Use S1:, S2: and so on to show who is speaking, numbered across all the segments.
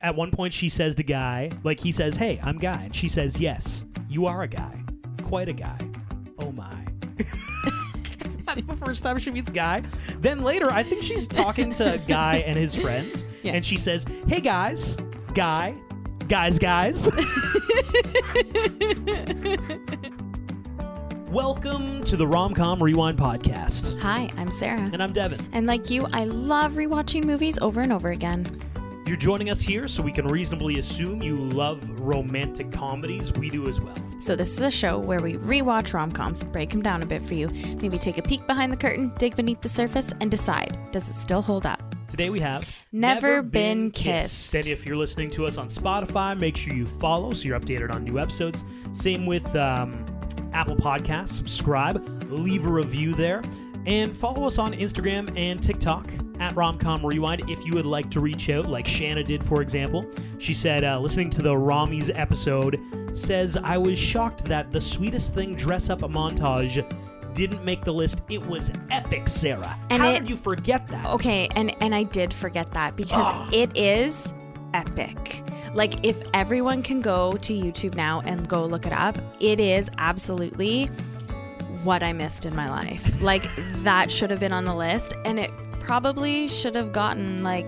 S1: at one point she says to Guy, like he says, "Hey, I'm Guy," and she says, "Yes, you are a guy, quite a guy." Oh my. That's the first time she meets Guy. Then later, I think she's talking to Guy and his friends,
S2: Yeah.
S1: and she says, "Hey guys, Guy, guys, guys." Welcome to the Romcom Rewind podcast,
S2: Hi, I'm Sarah.
S1: and I'm Devin.
S2: And like you, I love rewatching movies over and over again.
S1: You're joining us here, so we can reasonably assume you love romantic comedies. We do as well.
S2: So, this is a show where we rewatch rom coms, break them down a bit for you, maybe take a peek behind the curtain, dig beneath the surface, and decide does it still hold up?
S1: Today we have
S2: Never Been Kissed.
S1: And if you're listening to us on Spotify, make sure you follow so you're updated on new episodes. Same with um, Apple Podcasts. Subscribe, leave a review there, and follow us on Instagram and TikTok at Romcom Rewind if you would like to reach out, like Shanna did, for example. She said, uh, listening to the Rommies episode, says, I was shocked that the sweetest thing dress up a montage didn't make the list. It was epic, Sarah.
S2: And
S1: How
S2: it-
S1: did you forget that?
S2: Okay, and and I did forget that because it is epic. Like if everyone can go to YouTube now and go look it up, it is absolutely what I missed in my life. Like that should have been on the list and it probably should have gotten like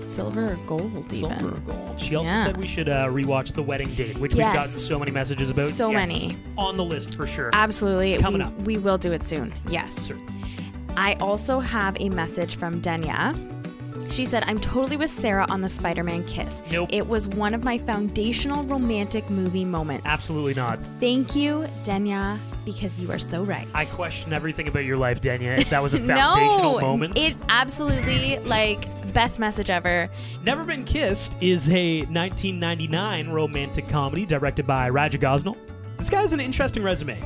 S2: silver or gold even.
S1: Silver Gold. She also
S2: Yeah.
S1: said we should uh, rewatch The Wedding Date, which we've
S2: Yes.
S1: gotten so many messages about.
S2: So
S1: Yes.
S2: many.
S1: On the list for sure.
S2: Absolutely.
S1: It's coming
S2: we,
S1: up.
S2: we will do it soon. Yes.
S1: Sure.
S2: I also have a message from Denya. She said, I'm totally with Sarah on the Spider Man kiss.
S1: Nope.
S2: It was one of my foundational romantic movie moments.
S1: Absolutely not.
S2: Thank you, Denya, because you are so right.
S1: I question everything about your life, Danya. If that was a
S2: no,
S1: foundational moment.
S2: it absolutely like best message ever.
S1: Never Been Kissed is a 1999 romantic comedy directed by Roger Gosnell. This guy has an interesting resume.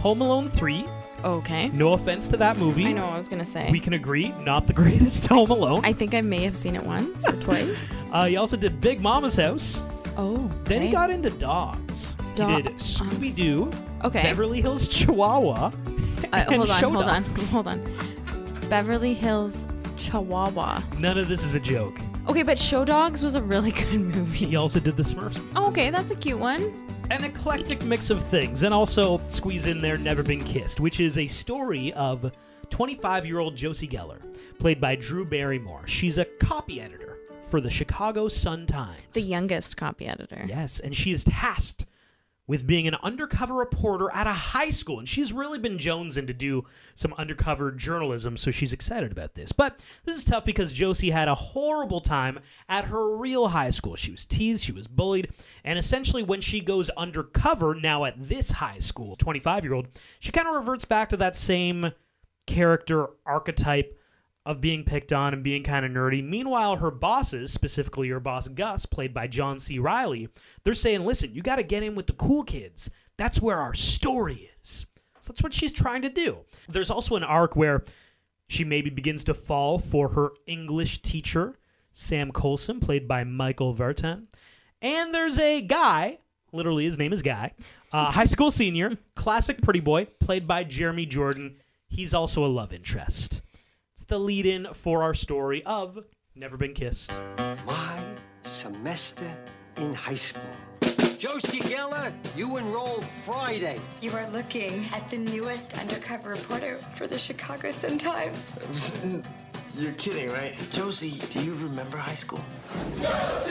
S1: Home Alone 3,
S2: Okay,
S1: no offense to that movie.
S2: I know what I was gonna say.
S1: We can agree, not the greatest Home Alone.
S2: I think I may have seen it once or twice.
S1: Uh, he also did Big Mama's House.
S2: Oh,
S1: Then he
S2: okay.
S1: got into dogs. He did
S2: Dogs.
S1: Scooby Doo.
S2: okay.
S1: Beverly Hills Chihuahua.
S2: Uh,
S1: and
S2: hold on,
S1: Show
S2: hold on,
S1: Dogs.
S2: hold on. Beverly Hills Chihuahua.
S1: None of this is a joke.
S2: Okay, but Show Dogs was a really good movie.
S1: He also did the Smurfs. movie.
S2: Oh, okay, that's a cute one.
S1: An eclectic mix of things, and also squeeze in there Never Been Kissed, which is a story of 25 year old Josie Geller, played by Drew Barrymore. She's a copy editor for the Chicago Sun Times.
S2: The youngest copy editor.
S1: Yes, and she is tasked with being an undercover reporter at a high school, and she's really been jonesing to do some undercover journalism, so she's excited about this. But this is tough because Josie had a horrible time at her real high school. She was teased, she was bullied, and essentially when she goes undercover now at this high school, 25 year old, she kind of reverts back to that same character archetype of being picked on and being kind of nerdy. Meanwhile, her bosses, specifically her boss Gus, played by John C. Riley, they're saying, listen, you got to get in with the cool kids. That's where our story is. So that's what she's trying to do. There's also an arc where she maybe begins to fall for her English teacher, Sam Colson, played by Michael Vertan. And there's a guy, literally his name is Guy, uh, high school senior, classic pretty boy, played by Jeremy Jordan. He's also a love interest. It's the lead in for our story of Never Been Kissed.
S3: My semester in high school. Josie Geller, you enroll Friday.
S4: You are looking at the newest undercover reporter for the Chicago Sun-Times.
S5: You're kidding, right? Josie, do you remember high school?
S6: So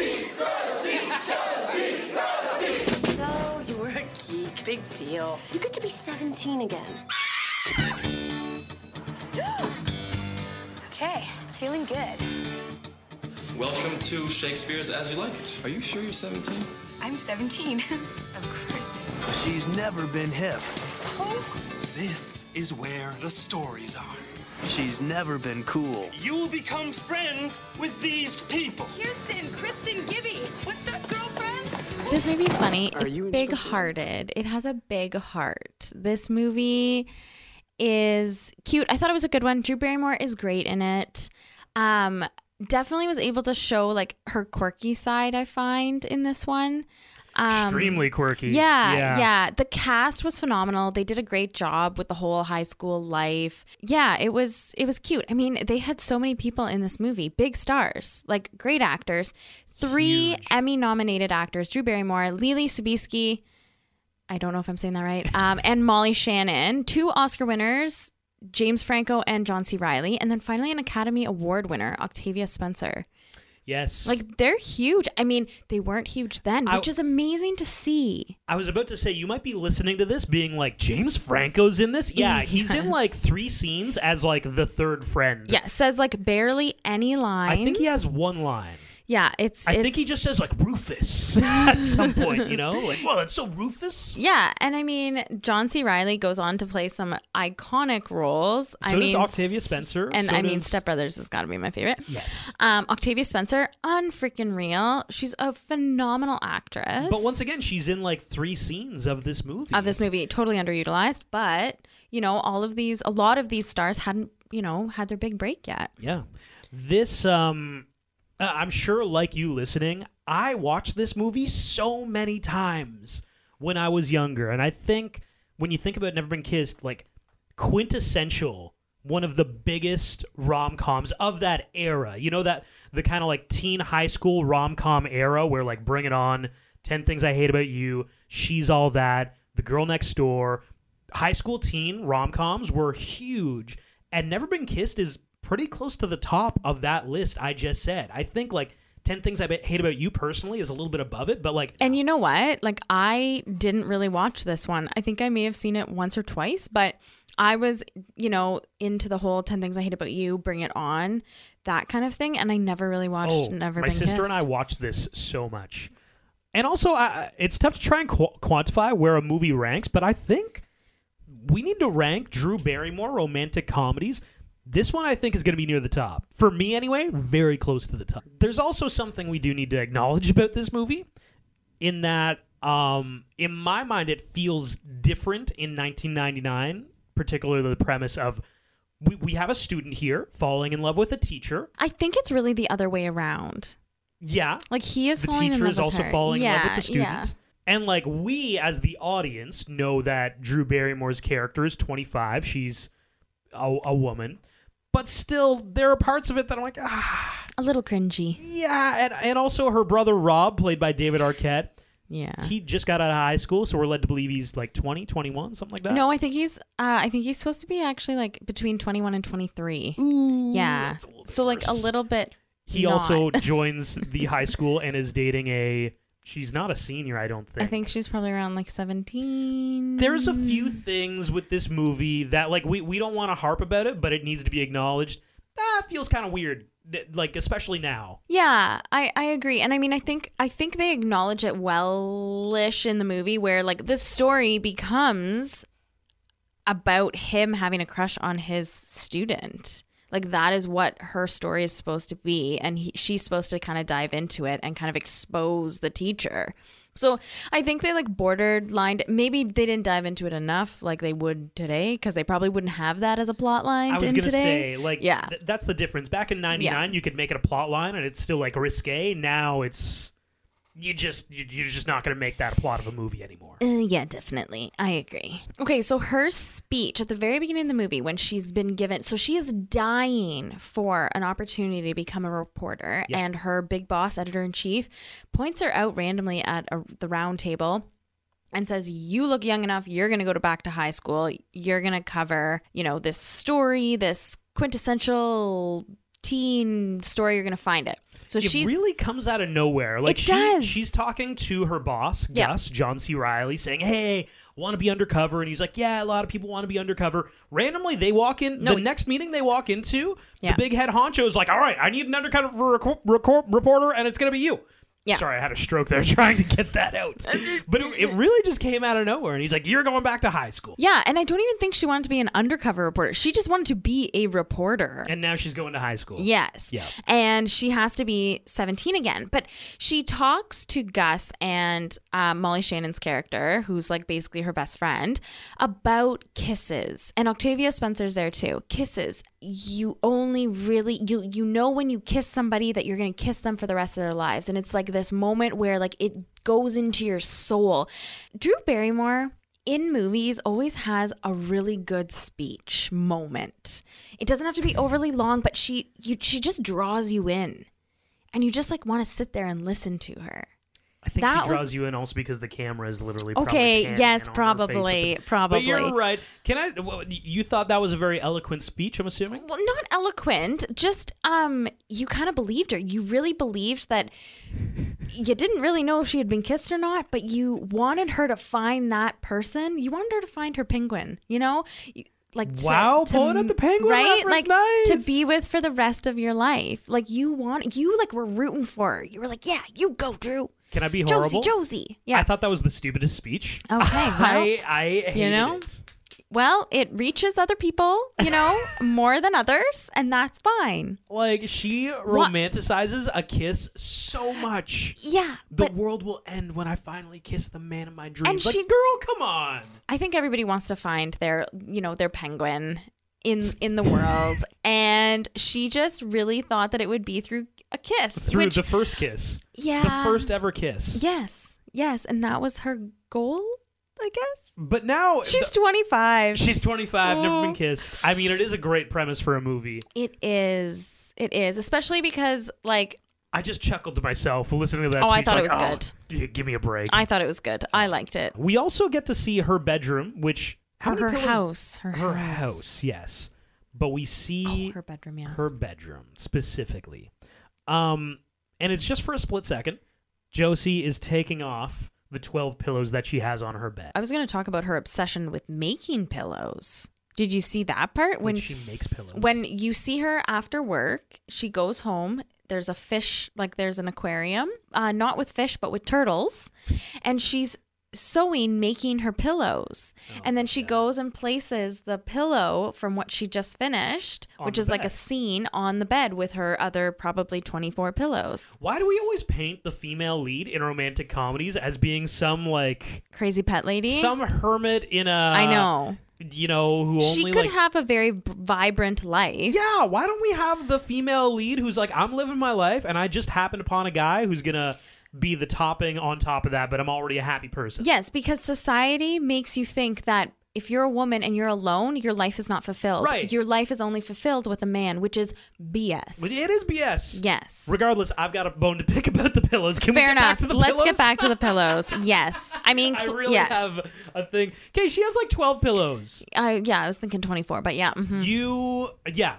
S6: you were a geek. Big deal. You get to be 17 again.
S4: Okay, feeling good.
S7: Welcome to Shakespeare's As You Like It.
S8: Are you sure you're 17?
S4: I'm 17. of course.
S5: She's never been hip.
S8: This is where the stories are.
S5: She's never been cool.
S8: You will become friends with these people.
S4: Kirsten, Kristen, Gibby. What's up, girlfriends?
S2: This movie's funny. it's big hearted. It has a big heart. This movie is cute. I thought it was a good one. Drew Barrymore is great in it. Um, definitely was able to show like her quirky side, I find, in this one.
S1: Extremely quirky.
S2: Yeah, yeah, The cast was phenomenal. They did a great job with the whole high school life. Yeah, it was it was cute. I mean, they had so many people in this movie, big stars, like great actors. Three Emmy nominated actors, Drew Barrymore, Lily Sabisky, I don't know if I'm saying that right, um, and Molly Shannon, two Oscar winners, James Franco and John C. Riley, and then finally an Academy Award winner, Octavia Spencer.
S1: Yes.
S2: Like they're huge. I mean, they weren't huge then,
S1: I-
S2: which is amazing to see.
S1: I was about to say you might be listening to this being like James Franco's in this. Yeah, he's in like three scenes as like the third friend.
S2: Yeah, says like barely any
S1: I
S2: lines.
S1: think he has one line.
S2: Yeah, it's.
S1: I think he
S2: it's-
S1: just says like Rufus at some point, you know? Like, whoa, that's so Rufus.
S2: Yeah, and I mean, John C. Riley goes on to play some iconic roles.
S1: So
S2: I
S1: does
S2: mean,
S1: Octavia
S2: s-
S1: Spencer,
S2: and
S1: so
S2: I mean,
S1: does-
S2: Step Brothers has got to be my favorite. Yes, um, Octavia Spencer, unfreaking real. She's a phenomenal actress.
S1: But once again, she's in like three scenes of this movie.
S2: of this movie, totally underutilized. But you know, all of these, a lot of these stars hadn't, you know, had their big break yet.
S1: Yeah. This um uh, I'm sure like you listening, I watched this movie so many times when I was younger and I think when you think about Never Been Kissed like quintessential one of the biggest rom-coms of that era. You know that the kind of like teen high school rom-com era where like Bring It On, 10 Things I Hate About You, She's All That, The Girl Next Door, high school teen rom-coms were huge and never been kissed is pretty close to the top of that list i just said i think like 10 things i Ba- hate about you personally is a little bit above it but like
S2: And you know what? Like I didn't really watch this one. I think I may have seen it once or twice, but I was, you know, into the whole 10 things I hate about you, bring it on, that kind of thing, and I never really watched
S1: oh,
S2: Never
S1: my
S2: Been
S1: sister and i
S2: Kissed.
S1: watched this so much and also I, I- it's tough to try and qu- quantify where a movie ranks but i think we need to rank drew barrymore romantic comedies this one i think is going to be near the top for me anyway very close to the top there's also something we do need to acknowledge about this movie in that um, in my mind it feels different in 1999 particularly the premise of we, we have a student here falling in love with a teacher
S2: I think it's really the other way around.
S1: yeah
S2: Like he is
S1: the
S2: falling in
S1: teacher
S2: love
S1: is
S2: with
S1: also
S2: her.
S1: falling in love
S2: Yeah,
S1: with the student
S2: yeah.
S1: and like we as the audience know that drew barrymore's character is 25 she's a, a woman but still there are parts of it that i'm like ah
S2: A little cringy.
S1: yeah and, and also her brother rob played by david arquette
S2: Yeah.
S1: he just got out of high school so we're led to believe he's like 20 21 something like that
S2: No, I think he's uh I think he's supposed to be actually like between 21 and 23. yeah.
S1: that's a little bit
S2: So like a
S1: worse.
S2: little bit
S1: he
S2: not.
S1: also joins the high school and is dating a she's not a senior i don't think
S2: I think she's probably around like 17.
S1: there's a few
S2: Mm.
S1: things with this movie that like we, we don't want to harp about it but it needs to be acknowledged that feels kind of weird th- like especially now
S2: Yeah, I, I agree. And I mean I think I think they acknowledge it wellish in the movie where like this story becomes about him having a crush on his student. Like that is what her story is supposed to be and he, she's supposed to kind of dive into it and kind of expose the teacher. So I think they like bordered lined maybe they didn't dive into it enough like they would today cuz they probably wouldn't have that as a plot line
S1: i was
S2: in
S1: gonna
S2: today.
S1: say like
S2: Yeah.
S1: th- that's the difference back in 99 you could make it a plot line and it's still like risque now it's you just you- you're just not gonna make that a plot of a movie anymore
S2: Uh, yeah, definitely. I agree. Okay, so her speech at the very beginning of the movie when she's been given, so she is dying for an opportunity to become a reporter, and her big boss, editor in chief, points her out randomly at a, the round table and says you look young enough you're going to go to back to high school you're going to cover you know this story this quintessential teen story you're going to find it so
S1: it
S2: she's
S1: really comes out of nowhere. Like
S2: It
S1: she,
S2: does.
S1: she's talking to her boss,
S2: Yeah.
S1: Gus, John C. Riley, saying, Hey, want to be undercover? And he's like, Yeah, a lot of people want to be undercover. Randomly they walk in
S2: No,
S1: the
S2: he-
S1: next meeting they walk into,
S2: Yeah.
S1: the big head honcho is like, All right, I need an undercover reco- reco- reporter, and it's gonna be you.
S2: Yeah.
S1: Sorry, I had a stroke there trying to get that out. But it, it really just came out of nowhere. And he's like, You're going back to high school.
S2: yeah and i don't even think she wanted to be an undercover reporter she just wanted to be a reporter
S1: And now she's going to high school.
S2: Yes.
S1: Yeah.
S2: And she has to be 17 again. But she talks to Gus and um, Molly Shannon's character, who's like basically her best friend, about kisses. And Octavia Spencer's there too. Kisses. you only really you you know when you kiss somebody that you're going to kiss them for the rest of their lives and it's like this moment where like it goes into your soul. Drew Barrymore in movies always has a really good speech moment. It doesn't have to be overly long, but she you she just draws you in. And you just like want to sit there and listen to her.
S1: I think
S2: That
S1: she
S2: was-
S1: draws you in also because the camera is literally probably
S2: Okay,
S1: panning
S2: yes,
S1: in on her face with
S2: probably,
S1: the-
S2: probably.
S1: But you're right. Can I? wh- You thought that was a very eloquent speech. I'm assuming.
S2: well not eloquent just um you kind of believed her you really believed that you didn't really know if she had been kissed or not but you wanted her to find that person you wanted her to find her penguin you know You- like to,
S1: Wow,
S2: to-
S1: pulling out the penguin
S2: right
S1: reference,
S2: like
S1: nice.
S2: to be with for the rest of your life like you want you like were rooting for her you were like yeah you go drew
S1: Can I be horrible?
S2: josie josie yeah
S1: I thought that was the stupidest speech.
S2: Okay, well,
S1: I, I hated
S2: know?
S1: it.
S2: well it reaches other people you know more than others and that's fine
S1: Like she romanticizes a kiss so much.
S2: yeah
S1: The
S2: but
S1: world will end when I finally kiss the man of my dreams.
S2: And
S1: like,
S2: she-
S1: girl, come on.
S2: I think everybody wants to find their, you know, their penguin in in the world, and she just really thought that it would be through a kiss.
S1: Through
S2: which,
S1: the first kiss,
S2: yeah,
S1: the first ever kiss.
S2: Yes, yes, and that was her goal, I guess.
S1: But now
S2: She's twenty five.
S1: She's 25, never been
S2: Oh.
S1: kissed. I mean, it is a great premise for a movie.
S2: It is. It is, especially because like
S1: I just chuckled to myself listening to that.
S2: Oh, I
S1: speech,
S2: thought it
S1: like,
S2: was
S1: "Oh,
S2: good."
S1: g- give me a break.
S2: I thought it was good. I liked it.
S1: we also get to see her bedroom, which how
S2: Or
S1: many
S2: her
S1: pillows-
S2: house. Her,
S1: her house, yes. But we see
S2: Oh, her bedroom. Yeah.
S1: her bedroom specifically. Um, and it's just for a split second. Josie is taking off the 12 pillows that she has on her bed.
S2: I was going to talk about her obsession with making pillows. Did you see that part
S1: when
S2: when
S1: she makes pillows.
S2: when you see her after work, she goes home. There's a fish, like there's an aquarium, uh, not with fish, but with turtles. And she's sewing, making her pillows.
S1: Oh,
S2: and then she goes and places the pillow from what she just finished,
S1: On
S2: which
S1: the
S2: is like a
S1: bed.
S2: scene on the bed with her other probably 24 pillows.
S1: Why do we always paint the female lead in romantic comedies as being some like
S2: Crazy pet lady.
S1: some hermit in a
S2: I know.
S1: you know who only
S2: She could
S1: like
S2: have a very b- vibrant life.
S1: yeah, why don't we have the female lead who's like I'm living my life and I just happened upon a guy who's going to be the topping on top of that, but I'm already a happy person.
S2: Yes, because society makes you think that if you're a woman and you're alone, your life is not fulfilled.
S1: Right.
S2: Your life is only fulfilled with a man, which is BS.
S1: But It is BS.
S2: Yes.
S1: Regardless, I've got a bone to pick about the pillows. Can
S2: Fair
S1: we get
S2: enough.
S1: back to the
S2: Let's
S1: pillows?
S2: get back to the pillows. yes. I mean,
S1: I
S2: cl-
S1: really
S2: yes.
S1: have a thing. Okay, she has like 12 pillows.
S2: I- yeah, I was thinking 24, but yeah. mhm.
S1: You, yeah.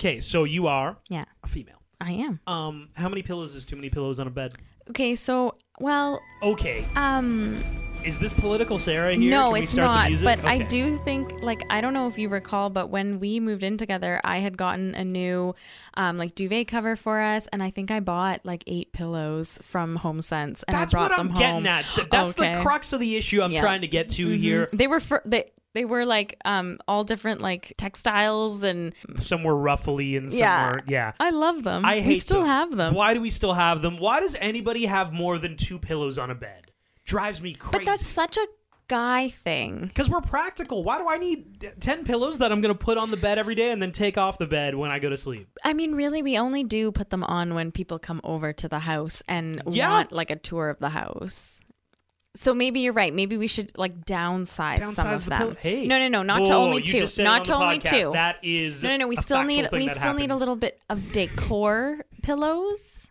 S1: Okay, so you are
S2: Yeah,
S1: a female.
S2: I am.
S1: Um, how many pillows is too many pillows on a bed?
S2: Okay, so, well,
S1: Okay,
S2: um,
S1: is this political, Sarah? Here,
S2: no,
S1: Can we
S2: it's
S1: start the
S2: not.
S1: music?
S2: But I
S1: Okay.
S2: do think, like, I don't know if you recall, but when we moved in together, I had gotten a new, um, like duvet cover for us, and I think I bought like eight pillows from HomeSense, and
S1: That's
S2: I brought
S1: what
S2: them
S1: I'm getting
S2: home.
S1: at. So that's the
S2: Okay.
S1: crux of the issue I'm
S2: Yeah. Mm-hmm.
S1: trying to get to here.
S2: They were for they. They were like um, all different like textiles and
S1: Some were ruffly and some
S2: Yeah.
S1: were yeah.
S2: I love them.
S1: I hate
S2: we still
S1: them.
S2: have them.
S1: Why do we still have them? Why does anybody have more than two pillows on a bed? Drives me crazy.
S2: But that's such a guy thing.
S1: because we're practical. Why do I need ten pillows that I'm going to put on the bed every day and then take off the bed when I go to sleep?
S2: I mean, really, we only do put them on when people come over to the house and
S1: Yeah.
S2: want like a tour of the house. So maybe you're right. Maybe we should like downsize, Uh, some
S1: Downsize
S2: of
S1: the
S2: them.
S1: pillow- Hey,
S2: No, no, no, not to
S1: Whoa,
S2: only
S1: you
S2: two.
S1: just said it
S2: Not
S1: on
S2: to
S1: the
S2: only
S1: podcast.
S2: two.
S1: That is
S2: no, no, no. We
S1: a
S2: still
S1: factual
S2: need
S1: thing
S2: we
S1: that
S2: still need a
S1: happens.
S2: little bit of decor pillows.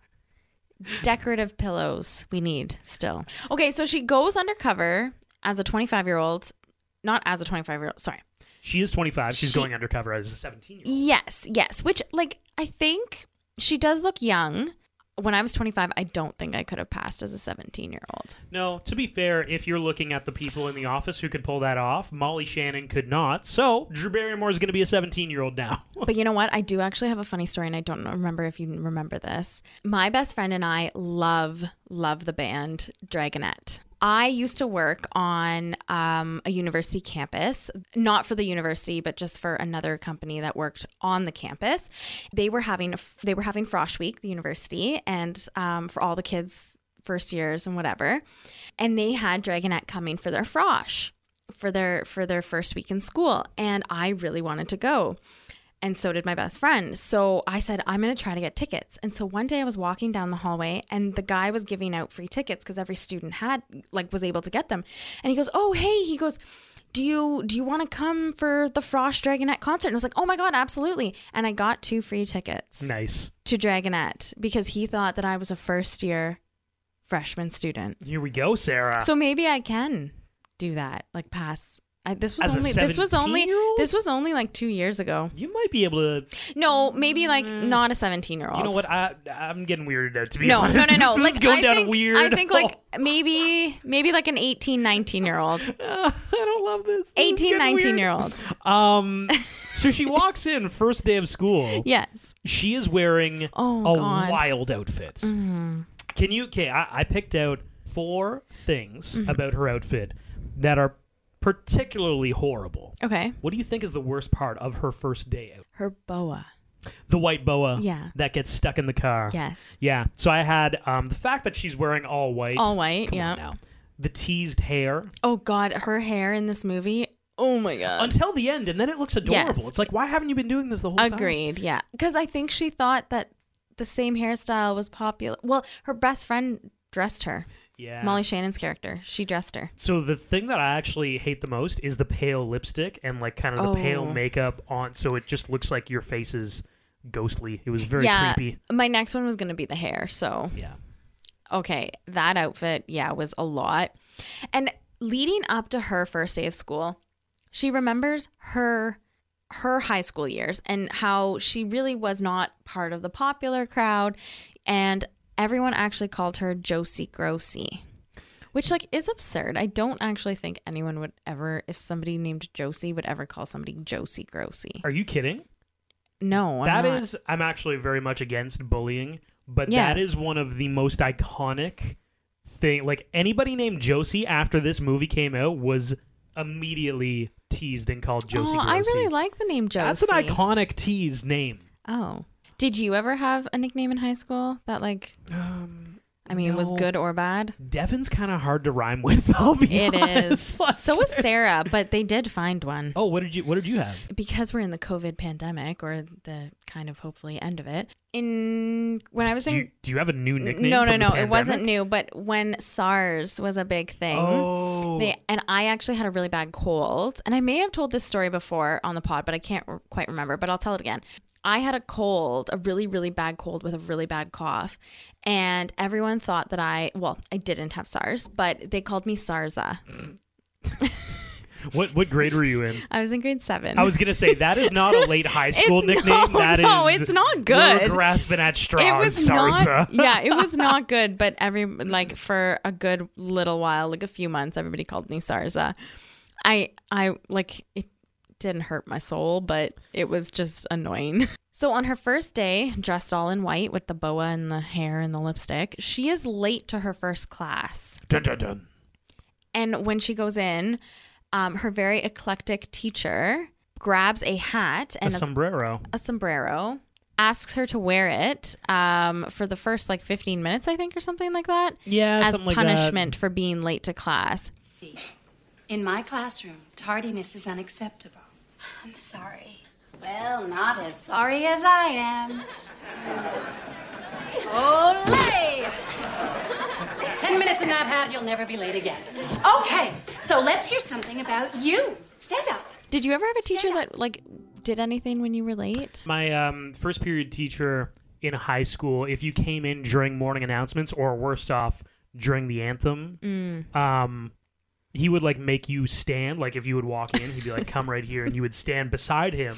S2: Decorative pillows we need still. Okay, so she goes undercover as a 25-year-old, not as a 25-year-old. Sorry.
S1: She is 25. She's
S2: She-
S1: going undercover as a 17 year old.
S2: Yes, yes. Which, like, I think she does look young. When I was 25, I don't think I could have passed as a 17 year old.
S1: No, to be fair, if you're looking at the people in the office who could pull that off, Molly Shannon could not. So Drew Barrymore is going to be a 17 year old now.
S2: But you know what? I do actually have a funny story, and I don't know- remember if you remember this. My best friend and I love, love the band Dragonette. I used to work on um, a university campus, not for the university, but just for another company that worked on the campus. They were having a, they were having Frosh Week, the university, and um, for all the kids first years and whatever, and they had Dragonette coming for their Frosh for their for their first week in school, and I really wanted to go. And so did my best friend. So I said, I'm going to try to get tickets. And so one day I was walking down the hallway and the guy was giving out free tickets because every student had, like, was able to get them. And he goes, Oh, hey, he goes, do you do you want to come for the Frost Dragonette concert? And I was like, oh my god, absolutely! And I got two free tickets
S1: Nice.
S2: to Dragonette because he thought that I was a first year freshman student.
S1: Here we go, Sarah.
S2: So maybe I can do that, like pass. I, this was
S1: As a
S2: only this was only
S1: 17-year-old?
S2: this was only like two years ago.
S1: you might be able to.
S2: No, maybe like not a seventeen year
S1: Mm.
S2: old.
S1: You know what? I I'm getting weird now. To be
S2: No, no,
S1: honest,
S2: no, no.
S1: This is
S2: Like
S1: going
S2: I
S1: down
S2: think
S1: a weird.
S2: I think like maybe maybe like an 18, 19 year old,
S1: I don't love this.
S2: 18, 19 year old.
S1: old. Um, so she walks in first day of school.
S2: Yes.
S1: She is wearing
S2: Oh,
S1: a
S2: God. Mm-hmm.
S1: wild outfit. Can you? Okay, I, I picked out four things
S2: Mm-hmm.
S1: about her outfit that are particularly horrible.
S2: Okay.
S1: What do you think is the worst part of her first day out?
S2: Her boa.
S1: The white boa
S2: Yeah.
S1: that gets stuck in the car.
S2: Yes.
S1: Yeah. So I had um, the fact that she's wearing all white.
S2: All white.
S1: Come
S2: yeah.
S1: on now. The teased hair
S2: Oh God, her hair in this movie. Oh my God.
S1: until the end, and then it looks adorable.
S2: Yes.
S1: It's like, why haven't you been doing this the whole time?
S2: Agreed. Yeah, because I think she thought that the same hairstyle was popular. Well, her best friend dressed her.
S1: Yeah.
S2: Molly Shannon's character. She dressed her.
S1: So the thing that I actually hate the most is the pale lipstick and like kind of the pale
S2: Oh.
S1: makeup on, so it just looks like your face is ghostly. It was very
S2: yeah.
S1: creepy.
S2: My next one was gonna be the hair. So
S1: Yeah.
S2: okay, that outfit, yeah, was a lot. And leading up to her first day of school, she remembers her her high school years and how she really was not part of the popular crowd and everyone actually called her Josie Grossi. Which like is absurd. I don't actually think anyone would ever if somebody named Josie would ever call somebody Josie Grossi.
S1: Are you kidding?
S2: No, I'm
S1: That
S2: not.
S1: is- I'm actually very much against bullying, but that
S2: Yes.
S1: is one of the most iconic thing. Like anybody named Josie after this movie came out was immediately teased and called Josie.
S2: Oh, I
S1: Grossi.
S2: really like the name Josie.
S1: That's an iconic tease name.
S2: Oh. Did you ever have a nickname in high school that like
S1: Um,
S2: I mean was
S1: No.
S2: good or bad?
S1: Devin's kind of hard to rhyme with. I'll be
S2: It is.
S1: honest. Like,
S2: so was Sarah, but they did find one.
S1: Oh, what did you? What did you have?
S2: Because we're in the COVID pandemic or the kind of hopefully end of it. In when I was
S1: Do
S2: in
S1: you, do you have a new nickname?
S2: No, no,
S1: from the
S2: no. It wasn't
S1: pandemic?
S2: new, but when SARS was a big thing.
S1: Oh,
S2: They, and I actually had a really bad cold. And I may have told this story before on the pod, but I can't r quite remember, but I'll tell it again. I had a cold, a really, really bad cold with a really bad cough. And everyone thought that I, well, I didn't have SARS, but they called me SARSA.
S1: what what grade were you in?
S2: I was in grade seven.
S1: I was gonna say that is not a late high school
S2: It's-
S1: nickname.
S2: no,
S1: That is
S2: no, it's not good.
S1: You're grasping at straws,
S2: it was
S1: Sarsa.
S2: not, yeah, it was not good. But every, like, for a good little while, like a few months, everybody called me SARSA. I, I, like, it didn't hurt my soul, but it was just annoying. So on her first day, dressed all in white with the boa and the hair and the lipstick, she is late to her first class.
S1: Dun, dun, dun.
S2: And when she goes in, um, her very eclectic teacher grabs a hat
S1: A
S2: and a,
S1: sombrero.
S2: a sombrero, asks her to wear it um, for the first like 15 minutes, I think, or something like that,
S1: Yeah,
S2: as
S1: something like that.
S2: punishment for being late to class.
S9: In my classroom, tardiness is unacceptable.
S4: I'm sorry.
S9: Well, not as sorry as I am. Olay! Ten minutes of not had, you'll never be late again. Okay, so let's hear something about you. Stand up.
S2: Did you ever have a teacher that like did anything when you were late?
S1: My um, first period teacher in high school, if you came in during morning announcements or worst off during the anthem,
S2: Mm.
S1: um, he would like make you stand. Like if you would walk in, he'd be like, "Come right here," and you would stand beside him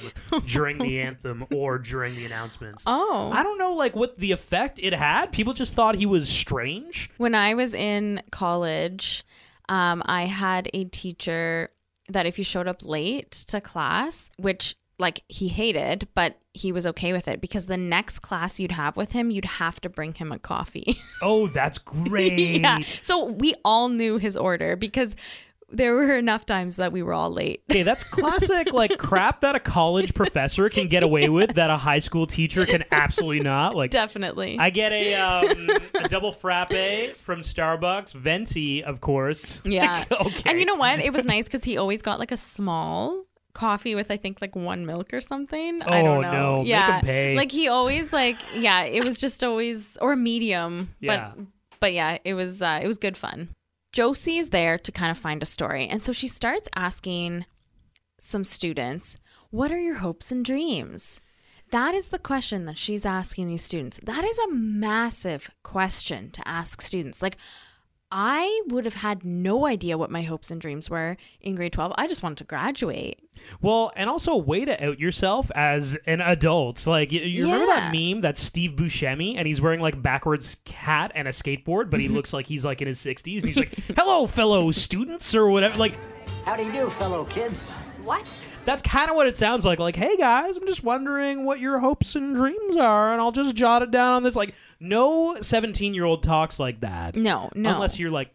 S1: during the anthem or during the announcements.
S2: Oh.
S1: I don't know, like what the effect it had. People just thought he was strange.
S2: When I was in college, um, I had a teacher that if you showed up late to class, which like he hated, but he was okay with it because the next class you'd have with him, you'd have to bring him a coffee.
S1: Oh, that's great.
S2: yeah. So we all knew his order because there were enough times that we were all late.
S1: Okay, that's classic like crap that a college professor can get away with that a high school teacher can absolutely not. Like
S2: Definitely.
S1: I get a, um, a double frappe from Starbucks, venti, of course.
S2: yeah.
S1: Like, okay.
S2: And you know what? It was nice because he always got like a small coffee with I think like one milk or something. I don't
S1: Oh,
S2: know.
S1: no. Make
S2: yeah.
S1: 'em pay.
S2: Like he always like yeah, it was just always or medium.
S1: Yeah.
S2: But but yeah, it was uh, it was good fun. Josie is there to kind of find a story. And so she starts asking some students, "What are your hopes and dreams?" That is the question that she's asking these students. That is a massive question to ask students. Like I would have had no idea what my hopes and dreams were in grade 12. I just wanted to graduate.
S1: Well, and also a way to out yourself as an adult. Like you, you remember that
S2: Yeah.
S1: meme that's Steve Buscemi and he's wearing like backwards hat and a skateboard,
S2: Mm-hmm.
S1: but he looks like he's like in his 60s and he's like, "Hello fellow students" or whatever. Like
S10: How do you do, fellow kids?
S6: What?
S1: that's kind of what it sounds like. Like, "Hey guys, I'm just wondering what your hopes and dreams are and I'll just jot it down on this." Like no 17-year-old talks like that.
S2: No, no.
S1: Unless you're like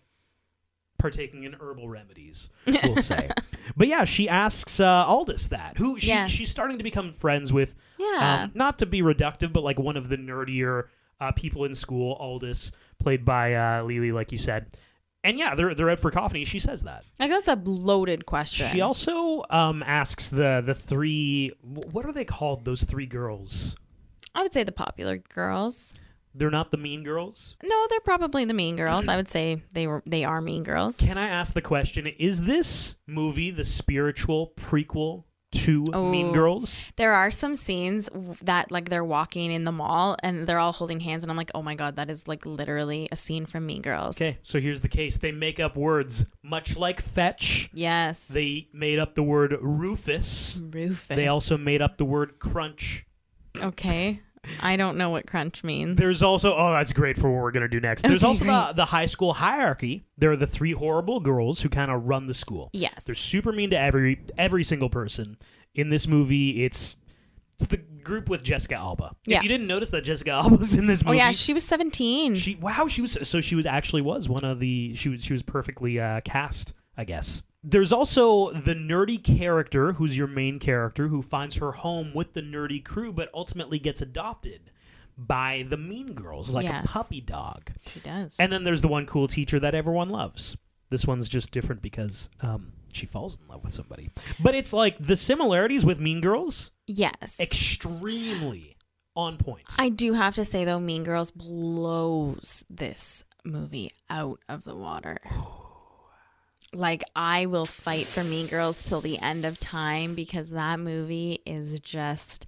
S1: partaking in herbal remedies, we'll say. but yeah, she asks uh, Aldous that, who she,
S2: Yes.
S1: she's starting to become friends with.
S2: Yeah.
S1: um, not to be reductive, but like one of the nerdier uh, people in school, Aldous, played by uh, Lily, like you said. And yeah, they're, they're out for coffee. She says that.
S2: like that's a loaded question.
S1: She also um, asks the the three. wh- What are they called? Those three girls.
S2: I would say the popular girls.
S1: They're not the mean girls.
S2: No, they're probably the mean girls. I would say they were they are mean girls.
S1: Can I ask the question? Is this movie the spiritual prequel to Mean
S2: Oh.
S1: Girls?
S2: There are some scenes w- that like they're walking in the mall and they're all holding hands and I'm like, "Oh my god, that is like literally a scene from Mean Girls."
S1: Okay, so here's the case. They make up words, much like fetch.
S2: Yes.
S1: They made up the word Rufus.
S2: Rufus.
S1: They also made up the word crunch.
S2: Okay. I don't know what crunch means.
S1: There's also oh, that's great for what we're gonna do next. There's
S2: Okay,
S1: also the, the high school hierarchy. There are the three horrible girls who kind of run the school.
S2: Yes.
S1: they're super mean to every every single person in this movie. It's it's the group with Jessica Alba.
S2: Yeah.
S1: If you didn't notice that Jessica Alba's in this
S2: oh
S1: movie,
S2: yeah, she was 17.
S1: She wow, she was so she was actually was one of the she was she was perfectly uh, cast, I guess. There's also the nerdy character who's your main character who finds her home with the nerdy crew, but ultimately gets adopted by the mean girls like
S2: Yes.
S1: a puppy dog.
S2: She does.
S1: And then there's the one cool teacher that everyone loves. This one's just different because um, she falls in love with somebody. But it's like the similarities with Mean Girls
S2: yes.
S1: extremely on point.
S2: I do have to say though, Mean Girls blows this movie out of the water. Like I will fight for Mean Girls till the end of time because that movie is just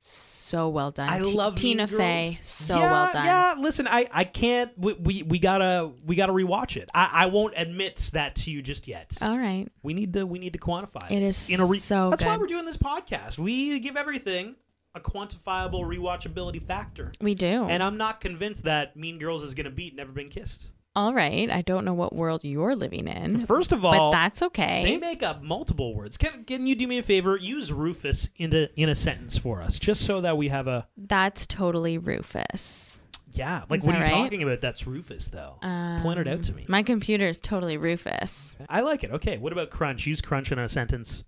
S2: so well done.
S1: I
S2: T-
S1: love
S2: Tina
S1: Mean
S2: Fey,
S1: Girls.
S2: so
S1: Yeah,
S2: well done.
S1: Yeah, listen, I I can't. We, we we gotta we gotta rewatch it. I I won't admit that to you just yet.
S2: All right,
S1: we need to we need to quantify.
S2: Uh, It
S1: this
S2: is so
S1: That's why
S2: good.
S1: we're doing this podcast. We give everything a quantifiable rewatchability factor.
S2: we do.
S1: And I'm not convinced that Mean Girls is gonna beat Never Been Kissed.
S2: all right, I don't know what world you're living in,
S1: First of
S2: but
S1: all,
S2: that's
S1: they
S2: okay.
S1: make up multiple words. Can can you do me a favor? Use Rufus into in a sentence for us, just so that we have a
S2: that's totally Rufus.
S1: yeah. Like
S2: Is
S1: what are
S2: that
S1: you
S2: right? Um,
S1: talking about? That's Rufus though. Point it out to me.
S2: My computer is totally Rufus.
S1: I like it. Okay, what about crunch? Use crunch in a sentence.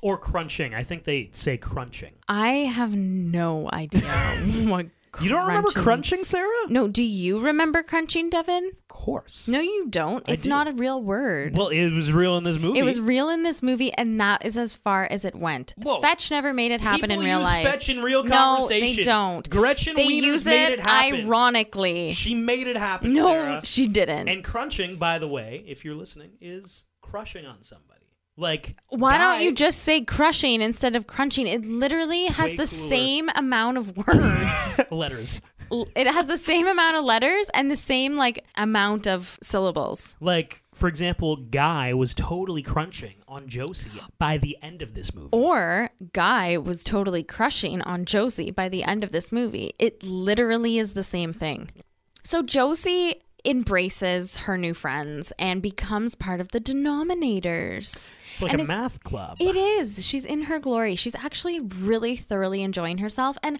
S1: Or crunching. I think they say crunching.
S2: I have no idea what
S1: You don't remember crunching, Sarah?
S2: No, do you remember crunching, Devin?
S1: Of course.
S2: No, you don't.
S1: I
S2: It's
S1: do.
S2: not a real word.
S1: Well, it was real in this movie.
S2: it was real in this movie, and that is as far as it went.
S1: Whoa.
S2: Fetch never made it happen
S1: People
S2: in real
S1: use
S2: life.
S1: fetch in real
S2: No, they
S1: conversation.
S2: don't.
S1: Gretchen
S2: they
S1: Wieners
S2: use
S1: made
S2: it,
S1: it happen.
S2: ironically.
S1: She made it happen.
S2: no,
S1: Sarah.
S2: she didn't.
S1: And crunching, by the way, if you're listening, is crushing on somebody. Like
S2: Why don't you
S1: guy-
S2: just say crushing instead of crunching? It literally has
S1: Way
S2: the
S1: cooler.
S2: same amount of words.
S1: letters?
S2: L- it has the same amount of letters and the same like amount of syllables.
S1: Like, for example, Guy was totally crunching on Josie by the end of this movie.
S2: Or Guy was totally crushing on Josie by the end of this movie. It literally is the same thing. So Josie embraces her new friends and becomes part of the denominators.
S1: it's like
S2: and
S1: a
S2: it's-
S1: math club.
S2: It is. She's in her glory. She's actually really thoroughly enjoying herself and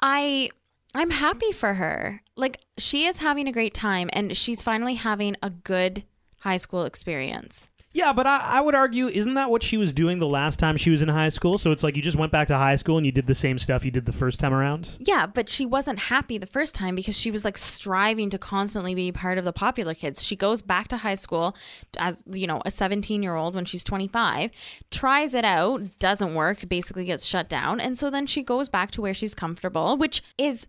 S2: I I'm happy for her. Like she is having a great time and she's finally having a good high school experience.
S1: Yeah, but I, I would argue, isn't that what she was doing the last time she was in high school? So it's like you just went back to high school and you did the same stuff you did the first time around.
S2: Yeah, but she wasn't happy the first time because she was like striving to constantly be part of the popular kids. She goes back to high school as, you know, a 17 year old when she's 25, tries it out, doesn't work, basically gets shut down. And so then she goes back to where she's comfortable, which is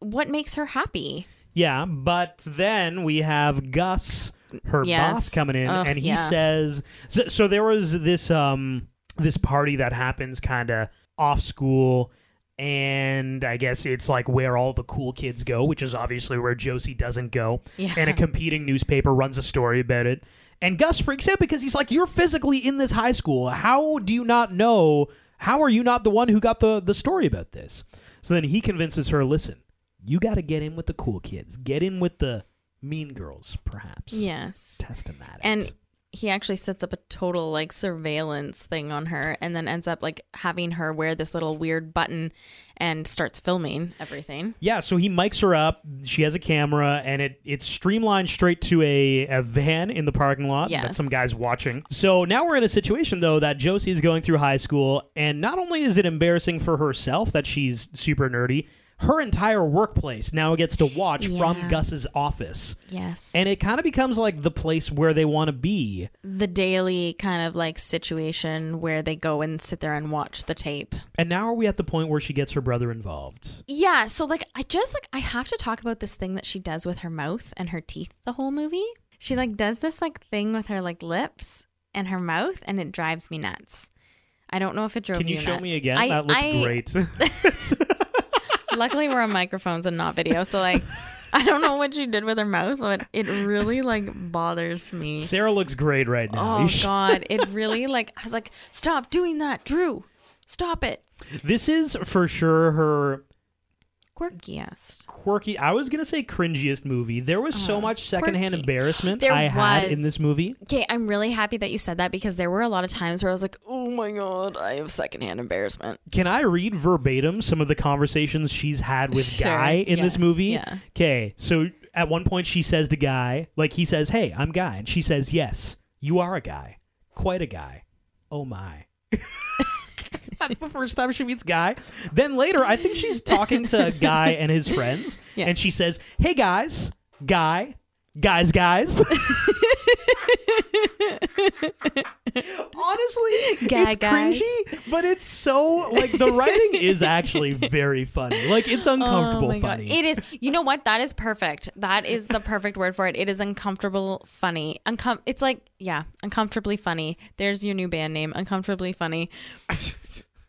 S2: what makes her happy.
S1: Yeah, but then we have Gus, her
S2: Yes.
S1: boss, coming in,
S2: Ugh,
S1: and he
S2: yeah.
S1: says. So, so there was this um this party that happens kind of off school. And I guess it's like where all the cool kids go, which is obviously where Josie doesn't go.
S2: Yeah.
S1: And a competing newspaper runs a story about it. And Gus freaks out because he's like, You're physically in this high school. How do you not know? How are you not the one who got the, the story about this? So then he convinces her, Listen, you got to get in with the cool kids, get in with the mean girls, perhaps.
S2: Yes.
S1: Testing that. out.
S2: And he actually sets up a total like surveillance thing on her and then ends up like having her wear this little weird button and starts filming everything.
S1: Yeah, so he mics her up. She has a camera, and it it's streamlined straight to a, a van in the parking lot that
S2: Yes.
S1: some guy's watching. So now we're in a situation though that Josie is going through high school, and not only is it embarrassing for herself that she's super nerdy, her entire workplace now gets to watch from
S2: Yeah.
S1: Gus's office,
S2: Yes.
S1: and it kind of becomes like the place where they want to be.
S2: the daily kind of like situation where they go and sit there and watch the tape.
S1: And now are we at the point where she gets her brother involved?
S2: Yeah, so like I just like I have to talk about this thing that she does with her mouth and her teeth the whole movie. She like does this like thing with her like lips and her mouth and it drives me nuts. I don't know if it drove
S1: Can you show
S2: nuts.
S1: me again?
S2: I-
S1: that looked
S2: I-
S1: great.
S2: Luckily, we're on microphones and not video, so like, I don't know what she did with her mouth, but it really like bothers me.
S1: Sarah looks great right now.
S2: Oh
S1: You should-
S2: God, it really like I was like, stop doing that, Drew, stop it.
S1: This is for sure her
S2: Quirkiest.
S1: quirky. I was gonna say cringiest movie. There was so much secondhand
S2: Uh, quirky.
S1: embarrassment
S2: There
S1: I had
S2: was.
S1: in this movie.
S2: Okay, I'm really happy that you said that because there were a lot of times where I was like, oh my God, I have secondhand embarrassment.
S1: Can I read verbatim some of the conversations she's had with
S2: Sure,
S1: Guy in this
S2: yes,
S1: movie?
S2: yeah.
S1: Okay, so at one point she says to Guy, like he says, "Hey, I'm Guy," and she says, "Yes, you are a guy, quite a guy. Oh my." That's the first time she meets Guy. Then later, I think she's talking to Guy and his friends,
S2: Yeah.
S1: and she says, "Hey guys, Guy, guys, guys." Honestly,
S2: Guy,
S1: it's
S2: guys.
S1: cringy, but it's so like the writing is actually very funny. Like it's uncomfortable funny.
S2: Oh It is. You know what? That is perfect. That is the perfect word for it. It is uncomfortable funny. Uncom- it's like, yeah, uncomfortably funny. There's your new band name, uncomfortably funny.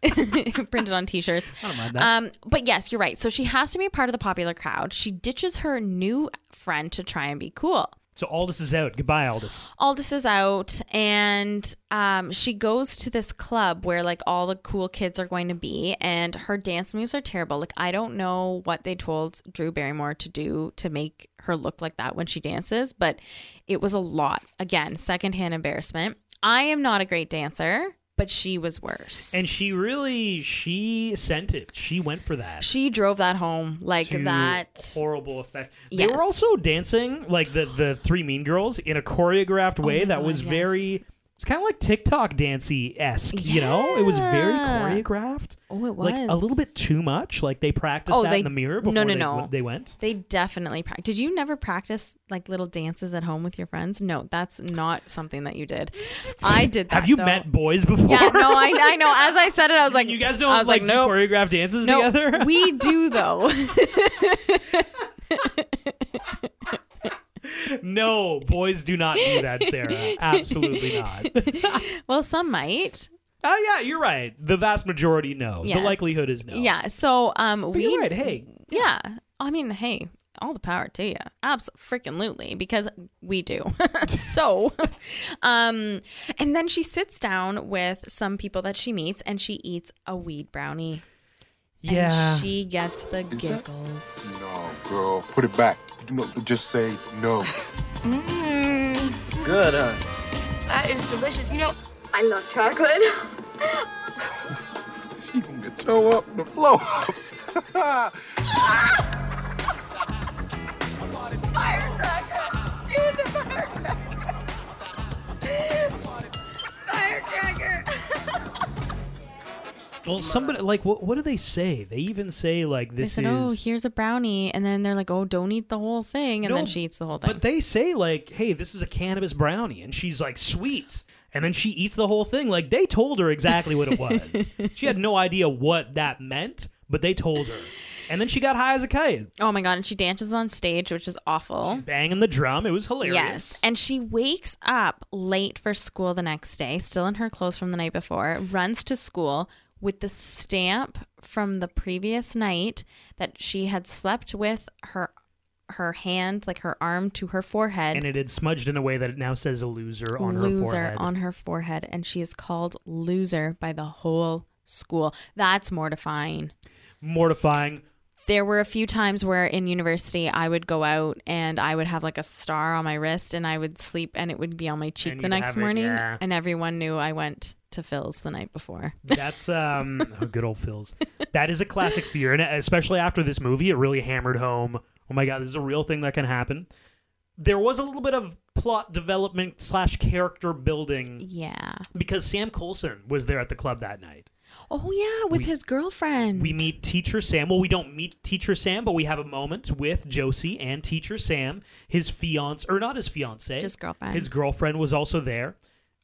S2: printed on t-shirts. I don't mind that. Um, but yes, you're right. So she has to be a part of the popular crowd. She ditches her new friend to try and be cool.
S1: so Aldous is out. Goodbye, Aldous.
S2: Aldous is out, and um, she goes to this club where like all the cool kids are going to be, and her dance moves are terrible. Like I don't know what they told Drew Barrymore to do to make her look like that when she dances, but it was a lot. Again, secondhand embarrassment. I am not a great dancer, but she was worse.
S1: And she really she sent it. She went for that.
S2: she drove that home like
S1: to
S2: that.
S1: horrible effect. They
S2: Yes.
S1: were also dancing like the the three mean girls in a choreographed way
S2: Oh my
S1: that
S2: God,
S1: was
S2: yes.
S1: very it's kind of like TikTok dancey esque, you know? It was very
S2: Yeah.
S1: choreographed.
S2: Oh, it
S1: Like a little
S2: was.
S1: bit too much. Like they practiced
S2: Oh,
S1: that
S2: they-
S1: in the mirror
S2: no,
S1: before
S2: no,
S1: they,
S2: no.
S1: they went.
S2: They definitely practice. Did you never practice like little dances at home with your friends? No, that's not something that you did. I did that.
S1: Have you
S2: though.
S1: met boys before?
S2: Yeah, no, I, I know. As I said it, I was like,
S1: you guys don't
S2: I was
S1: like,
S2: like,
S1: do
S2: nope,
S1: choreographed dances
S2: no,
S1: together?
S2: we do though.
S1: no, boys do not do that, Sarah. Absolutely not.
S2: well, some might.
S1: oh yeah, you're right. The vast majority no. The
S2: Yes.
S1: likelihood is no.
S2: Yeah. So, um,
S1: But
S2: we.
S1: you're right. Hey,
S2: Yeah. I mean, hey, all the power to you. Absolutely. Because we do. so, um, and then she sits down with some people that she meets and she eats a weed brownie.
S1: yeah.
S2: And she gets the giggles.
S8: No, girl, put it back. No, just say no.
S5: Good, huh?
S4: Mm. That is delicious. You know,
S6: I love chocolate.
S8: You gonna get toe up and the flow up.
S6: Firecracker! He was a firecracker!
S1: Well, somebody like what? What do they say? They even say like
S2: They
S1: this
S2: said,
S1: is.
S2: "Oh, here's a brownie," and then they're like, "Oh, don't eat the whole thing," and
S1: No,
S2: then she eats the whole thing.
S1: But they say like, "Hey, this is a cannabis brownie," and she's like, "Sweet." And then she eats the whole thing. Like they told her exactly what it was. she had no idea what that meant, but they told her. And then she got high as a kite,
S2: oh my god! And she dances on stage, which is awful.
S1: banging the drum. It was hilarious.
S2: Yes. And she wakes up late for school the next day, still in her clothes from the night before, runs to school with the stamp from the previous night that she had slept with her her hand, like her arm to her forehead.
S1: And it had smudged in a way that it now says a loser on her
S2: loser
S1: forehead.
S2: on her forehead and she is called loser by the whole school. That's mortifying.
S1: Mortifying.
S2: There were a few times where in university I would go out and I would have like a star on my wrist and I would sleep and it would be on my cheek
S1: And
S2: the
S1: you'd
S2: next
S1: have it,
S2: morning
S1: yeah.
S2: and everyone knew I went to Phil's the night before.
S1: That's um oh, good old Phil's. That is a classic fear, and especially after this movie, it really hammered home. Oh my god, this is a real thing that can happen. There was a little bit of plot development slash character building
S2: Yeah.
S1: because Sam Colson was there at the club that night.
S2: Oh yeah, with his girlfriend.
S1: We meet Teacher Sam. Well, we don't meet Teacher Sam, but we have a moment with Josie and Teacher Sam. His fiance, or not his fiance,
S2: Just girlfriend.
S1: His girlfriend was also there.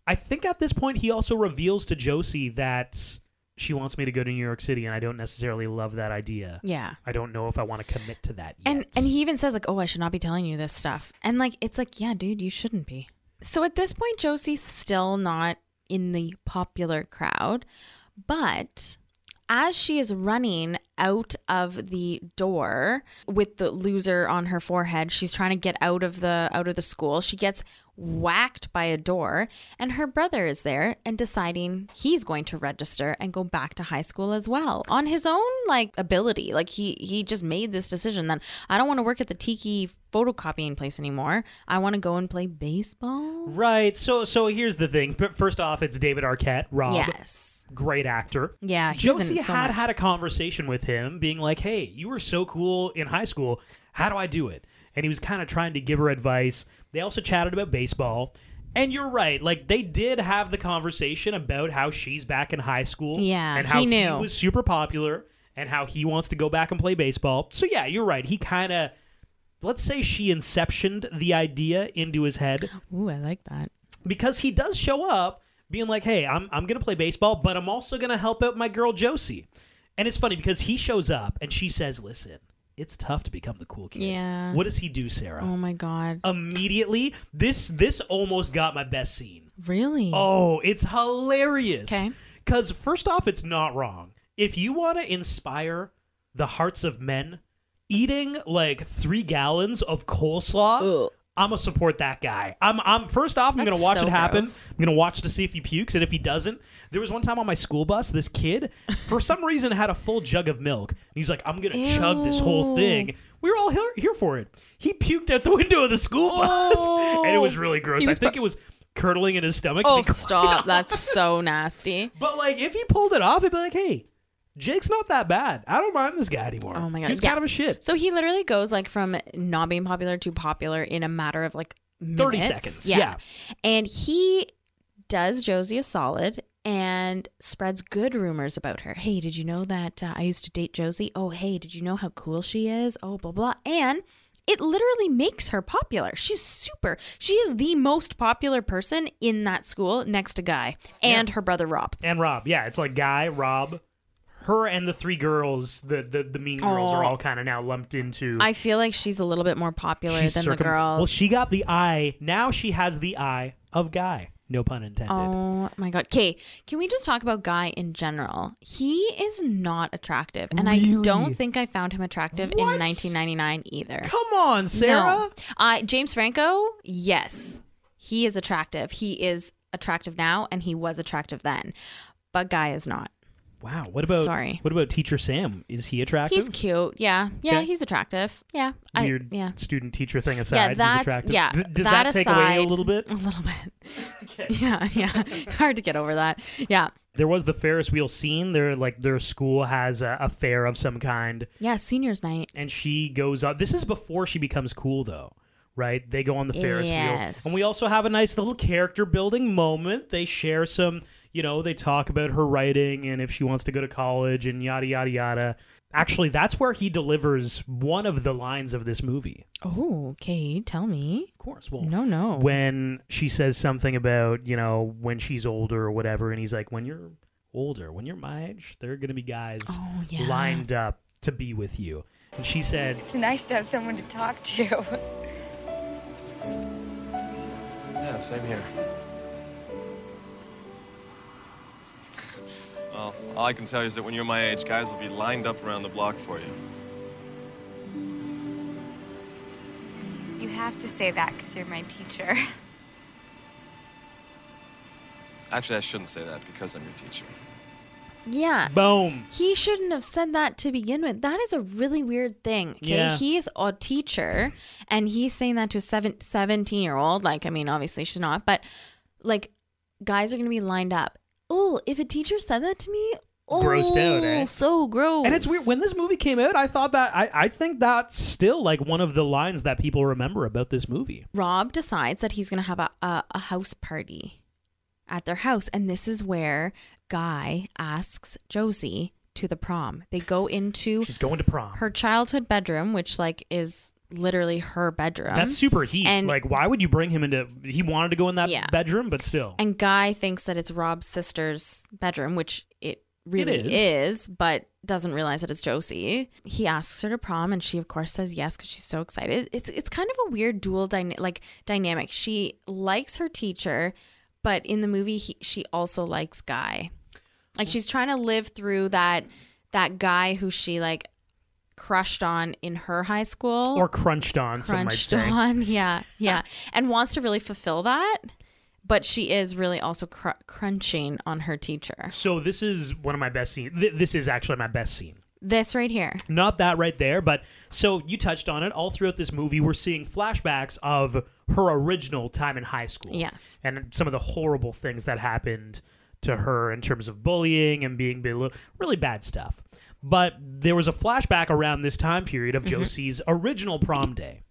S1: I think at this point he also reveals to Josie that she wants me to go to New York City, and I don't necessarily love that idea.
S2: Yeah.
S1: I don't know if I want to commit to that yet.
S2: And and he even says like, "Oh, I should not be telling you this stuff." And like it's like, "Yeah, dude, you shouldn't be." So at this point Josie's still not in the popular crowd, but as she is running out of the door with the loser on her forehead, she's trying to get out of the out of the school. She gets whacked by a door and her brother is there and deciding he's going to register and go back to high school as well on his own like ability like he he just made this decision that I don't want to work at the tiki photocopying place anymore I want to go and play baseball
S1: right. So so here's the thing. But first off, it's David Arquette, Rob.
S2: yes
S1: Great actor.
S2: yeah he was in
S1: Josie
S2: it so
S1: had
S2: much.
S1: had a conversation with him, being like, "Hey, you were so cool in high school. How do I do it?" And he was kind of trying to give her advice. They also chatted about baseball. And you're right. Like they did have the conversation about how she's back in high school.
S2: Yeah,
S1: and how
S2: he knew.
S1: was super popular, and how he wants to go back and play baseball. So yeah, you're right. He kind of, let's say, she inceptioned the idea into his head
S2: ooh I like that
S1: because he does show up being like, "Hey, I'm I'm gonna play baseball, but I'm also gonna help out my girl Josie." And it's funny because he shows up and she says, "Listen, it's tough to become the cool kid."
S2: Yeah.
S1: What does he do, Sarah?
S2: oh my god
S1: Immediately, this this almost got my best scene.
S2: really
S1: Oh, it's hilarious.
S2: 'Kay.
S1: Because first off, it's not wrong. If you want to inspire the hearts of men, eating like three gallons of coleslaw, I'm gonna support that guy. I'm, I'm first off, I'm
S2: That's
S1: gonna watch
S2: so
S1: it happen.
S2: gross.
S1: I'm gonna watch to see if he pukes, and if he doesn't, there was one time on my school bus, this kid, for some reason, had a full jug of milk. And he's like, I'm gonna chug this whole thing. We were all here, here for it. He puked out the window of the school
S2: Oh.
S1: bus, and it was really gross. I think it was curdling in his stomach.
S2: Oh,
S1: to be quite
S2: stop. That's so nasty.
S1: but like, if he pulled it off, it'd be like, hey, Jake's not that bad. I don't mind this guy anymore.
S2: Oh my God,
S1: he's
S2: yeah.
S1: kind of a shit.
S2: So he literally goes like from not being popular to popular in a matter of like
S1: 30
S2: minutes.
S1: seconds, yeah.
S2: And he does Josie a solid and spreads good rumors about her. Hey, did you know that uh, I used to date Josie? Oh, hey, did you know how cool she is? Oh, blah, blah. And it literally makes her popular. She's super. She is the most popular person in that school next to Guy and her brother Rob.
S1: And Rob, yeah, it's like guy Rob, her, and the three girls. The the, the mean girls are
S2: Oh.
S1: all kind of now lumped into.
S2: I feel like she's a little bit more popular
S1: she's
S2: than the
S1: circum-
S2: girls.
S1: Well, she got the eye. Now she has the eye of guy. No pun intended.
S2: Oh my god. Okay, can we just talk about Guy in general? He is not attractive, and I don't think I found him attractive in 1999 either.
S1: Come on, Sarah.
S2: No. Uh, James Franco, yes, he is attractive. He is attractive now, and he was attractive then, but Guy is not.
S1: Wow. What about
S2: Sorry.
S1: What about Teacher Sam? Is he attractive?
S2: He's cute. Yeah, yeah,
S1: Okay.
S2: he's attractive. Yeah,
S1: Weird
S2: I, yeah.
S1: student teacher thing
S2: Yeah,
S1: aside, he's
S2: that's
S1: attractive.
S2: yeah.
S1: D- does that, take away a
S2: aside-
S1: little bit?
S2: A little bit. Yeah, yeah. Hard to get over that. Yeah,
S1: there was the Ferris wheel scene. There, like their school has a, a fair of some kind,
S2: yeah. Seniors' night.
S1: and she goes up. This is before she becomes cool, though, right? They go on the Ferris
S2: Yes.
S1: wheel, and we also have a nice little character building moment. They share some. you know, they talk about her writing and if she wants to go to college and yada, yada, yada. Actually, that's where he delivers one of the lines of this movie.
S2: Oh, okay. Tell me.
S1: Of course. Well,
S2: No, no.
S1: Oh. When she says something about, you know, when she's older or whatever, and he's like, when you're older, when you're my age, there are going to be guys
S2: Oh, yeah.
S1: lined up to be with you. And she said,
S4: It's nice to have someone to talk to.
S8: Yeah, same here.
S7: Well, all I can tell you is that when you're my age, guys will be lined up around the block for you.
S4: You have to say that because you're my teacher.
S7: Actually, I shouldn't say that because I'm your teacher.
S2: Yeah.
S1: boom.
S2: He shouldn't have said that to begin with. That is a really weird thing. Okay.
S1: Yeah.
S2: He is a teacher and he's saying that to a seven, 17 year old. Like, I mean, obviously she's not, but like, guys are going to be lined up. Oh, if a teacher said that to me, oh,
S1: Grossed out, eh?
S2: so gross.
S1: And it's weird. When this movie came out, I thought that I, I think that's still like one of the lines that people remember about this movie.
S2: Rob decides that he's going to have a, a, a house party at their house. And this is where Guy asks Josie to the prom. They go into
S1: She's going to prom.
S2: her childhood bedroom, which like is literally her bedroom.
S1: that's super heat.
S2: and-
S1: like, why would you bring him into? He wanted to go in that
S2: Yeah.
S1: bedroom, but still.
S2: And Guy thinks that it's Rob's sister's bedroom, which it really is. but doesn't realize that it's Josie. He asks her to prom, and she of course says yes because she's so excited. It's it's kind of a weird dual dyna- like dynamic. She likes her teacher, but in the movie, he, she also likes Guy. Like she's trying to live through that that guy who she like crushed on in her high school
S1: or crunched on, some might
S2: crunched
S1: say.
S2: on. Yeah, yeah, and wants to really fulfill that, but she is really also cr- crunching on her teacher.
S1: So this is one of my best scenes. Th- this is actually my best scene.
S2: This right here.
S1: Not that right there, but so you touched on it. All throughout this movie, we're seeing flashbacks of her original time in high school.
S2: Yes.
S1: and some of the horrible things that happened to her in terms of bullying and being belittled, really bad stuff. But there was a flashback around this time period of Josie's original prom day.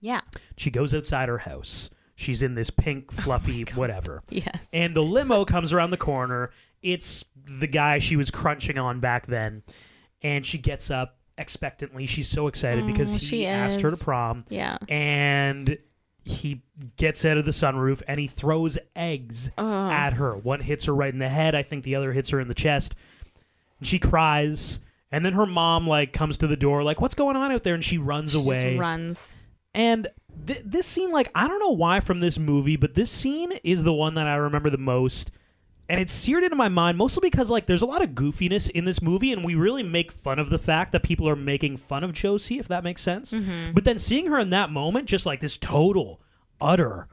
S2: Yeah.
S1: She goes outside her house. She's in this pink, fluffy, whatever.
S2: Yes.
S1: And the limo comes around the corner. It's the guy she was crunching on back then. And she gets up expectantly. She's so excited because he
S2: Mm, she
S1: asked her to
S2: is.
S1: prom
S2: Yeah.
S1: and he gets out of the sunroof and he throws eggs at her. One hits her right in the head. I think the other hits her in the chest. And she cries. And then her mom like comes to the door, like, "What's going on out there?" And she runs
S2: She
S1: away.
S2: Just runs.
S1: And th- this scene, like, I don't know why from this movie, but this scene is the one that I remember the most. And it's seared into my mind mostly because, like, there's a lot of goofiness in this movie, and we really make fun of the fact that people are making fun of Josie, if that makes sense.
S2: Mm-hmm.
S1: But then seeing her in that moment, just like this total, utter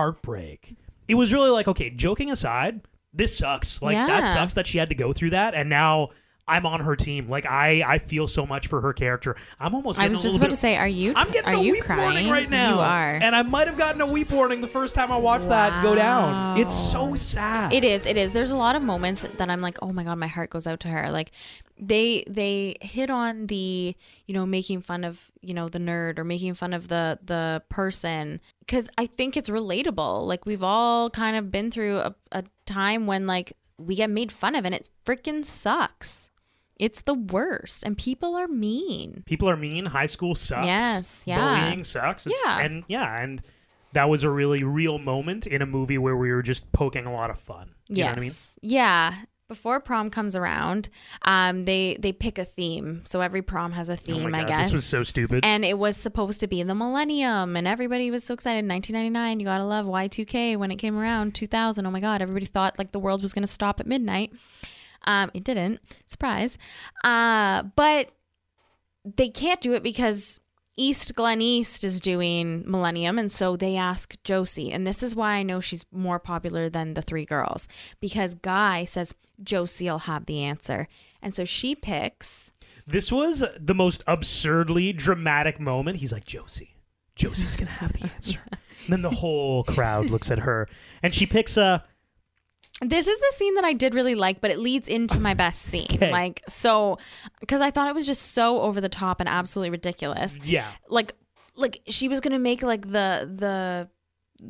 S1: heartbreak, it was really like, okay, joking aside, this sucks. Like, that
S2: Yeah.
S1: sucks that she had to go through that, and now. I'm on her team. Like I, I feel so much for her character. I'm almost.
S2: I
S1: getting
S2: was
S1: a
S2: just
S1: little bit-
S2: about to say, are you?
S1: I'm getting
S2: are
S1: a
S2: you
S1: weep
S2: crying
S1: warning right now.
S2: You are.
S1: And I might have gotten a weep warning the first time I watched that go down. It's so sad.
S2: It is. It is. There's a lot of moments that I'm like, oh my god, my heart goes out to her. Like, they they hit on the you know making fun of you know the nerd or making fun of the the person because I think it's relatable. Like we've all kind of been through a, a time when like we get made fun of and it freaking sucks. It's the worst, and people are mean.
S1: People are mean. High school sucks.
S2: Yes, yeah.
S1: Bullying sucks. It's,
S2: Yeah.
S1: And yeah, and that was a really real moment in a movie where we were just poking a lot of fun. You know what I mean?
S2: yes. Yeah. Before prom comes around, um, they they pick a theme. So every prom has a
S1: Oh
S2: theme,
S1: my
S2: I
S1: God,
S2: guess.
S1: This was so stupid.
S2: and it was supposed to be the millennium and everybody was so excited 1999 you gotta love y2k when it came around 2000 oh my god everybody thought like the world was gonna stop at midnight um it didn't surprise uh but they can't do it because east glen east is doing millennium and so they ask josie and this is why i know she's more popular than the three girls because guy says josie'll have the answer and so she picks
S1: this was the most absurdly dramatic moment. He's like, Josie, Josie's going to have the answer. and then the whole crowd looks at her and she picks a.
S2: This is the scene that I did really like, but it leads into my best scene.
S1: Okay.
S2: Like, so, because I thought it was just so over the top and absolutely ridiculous.
S1: Yeah.
S2: Like, like she was gonna make like the the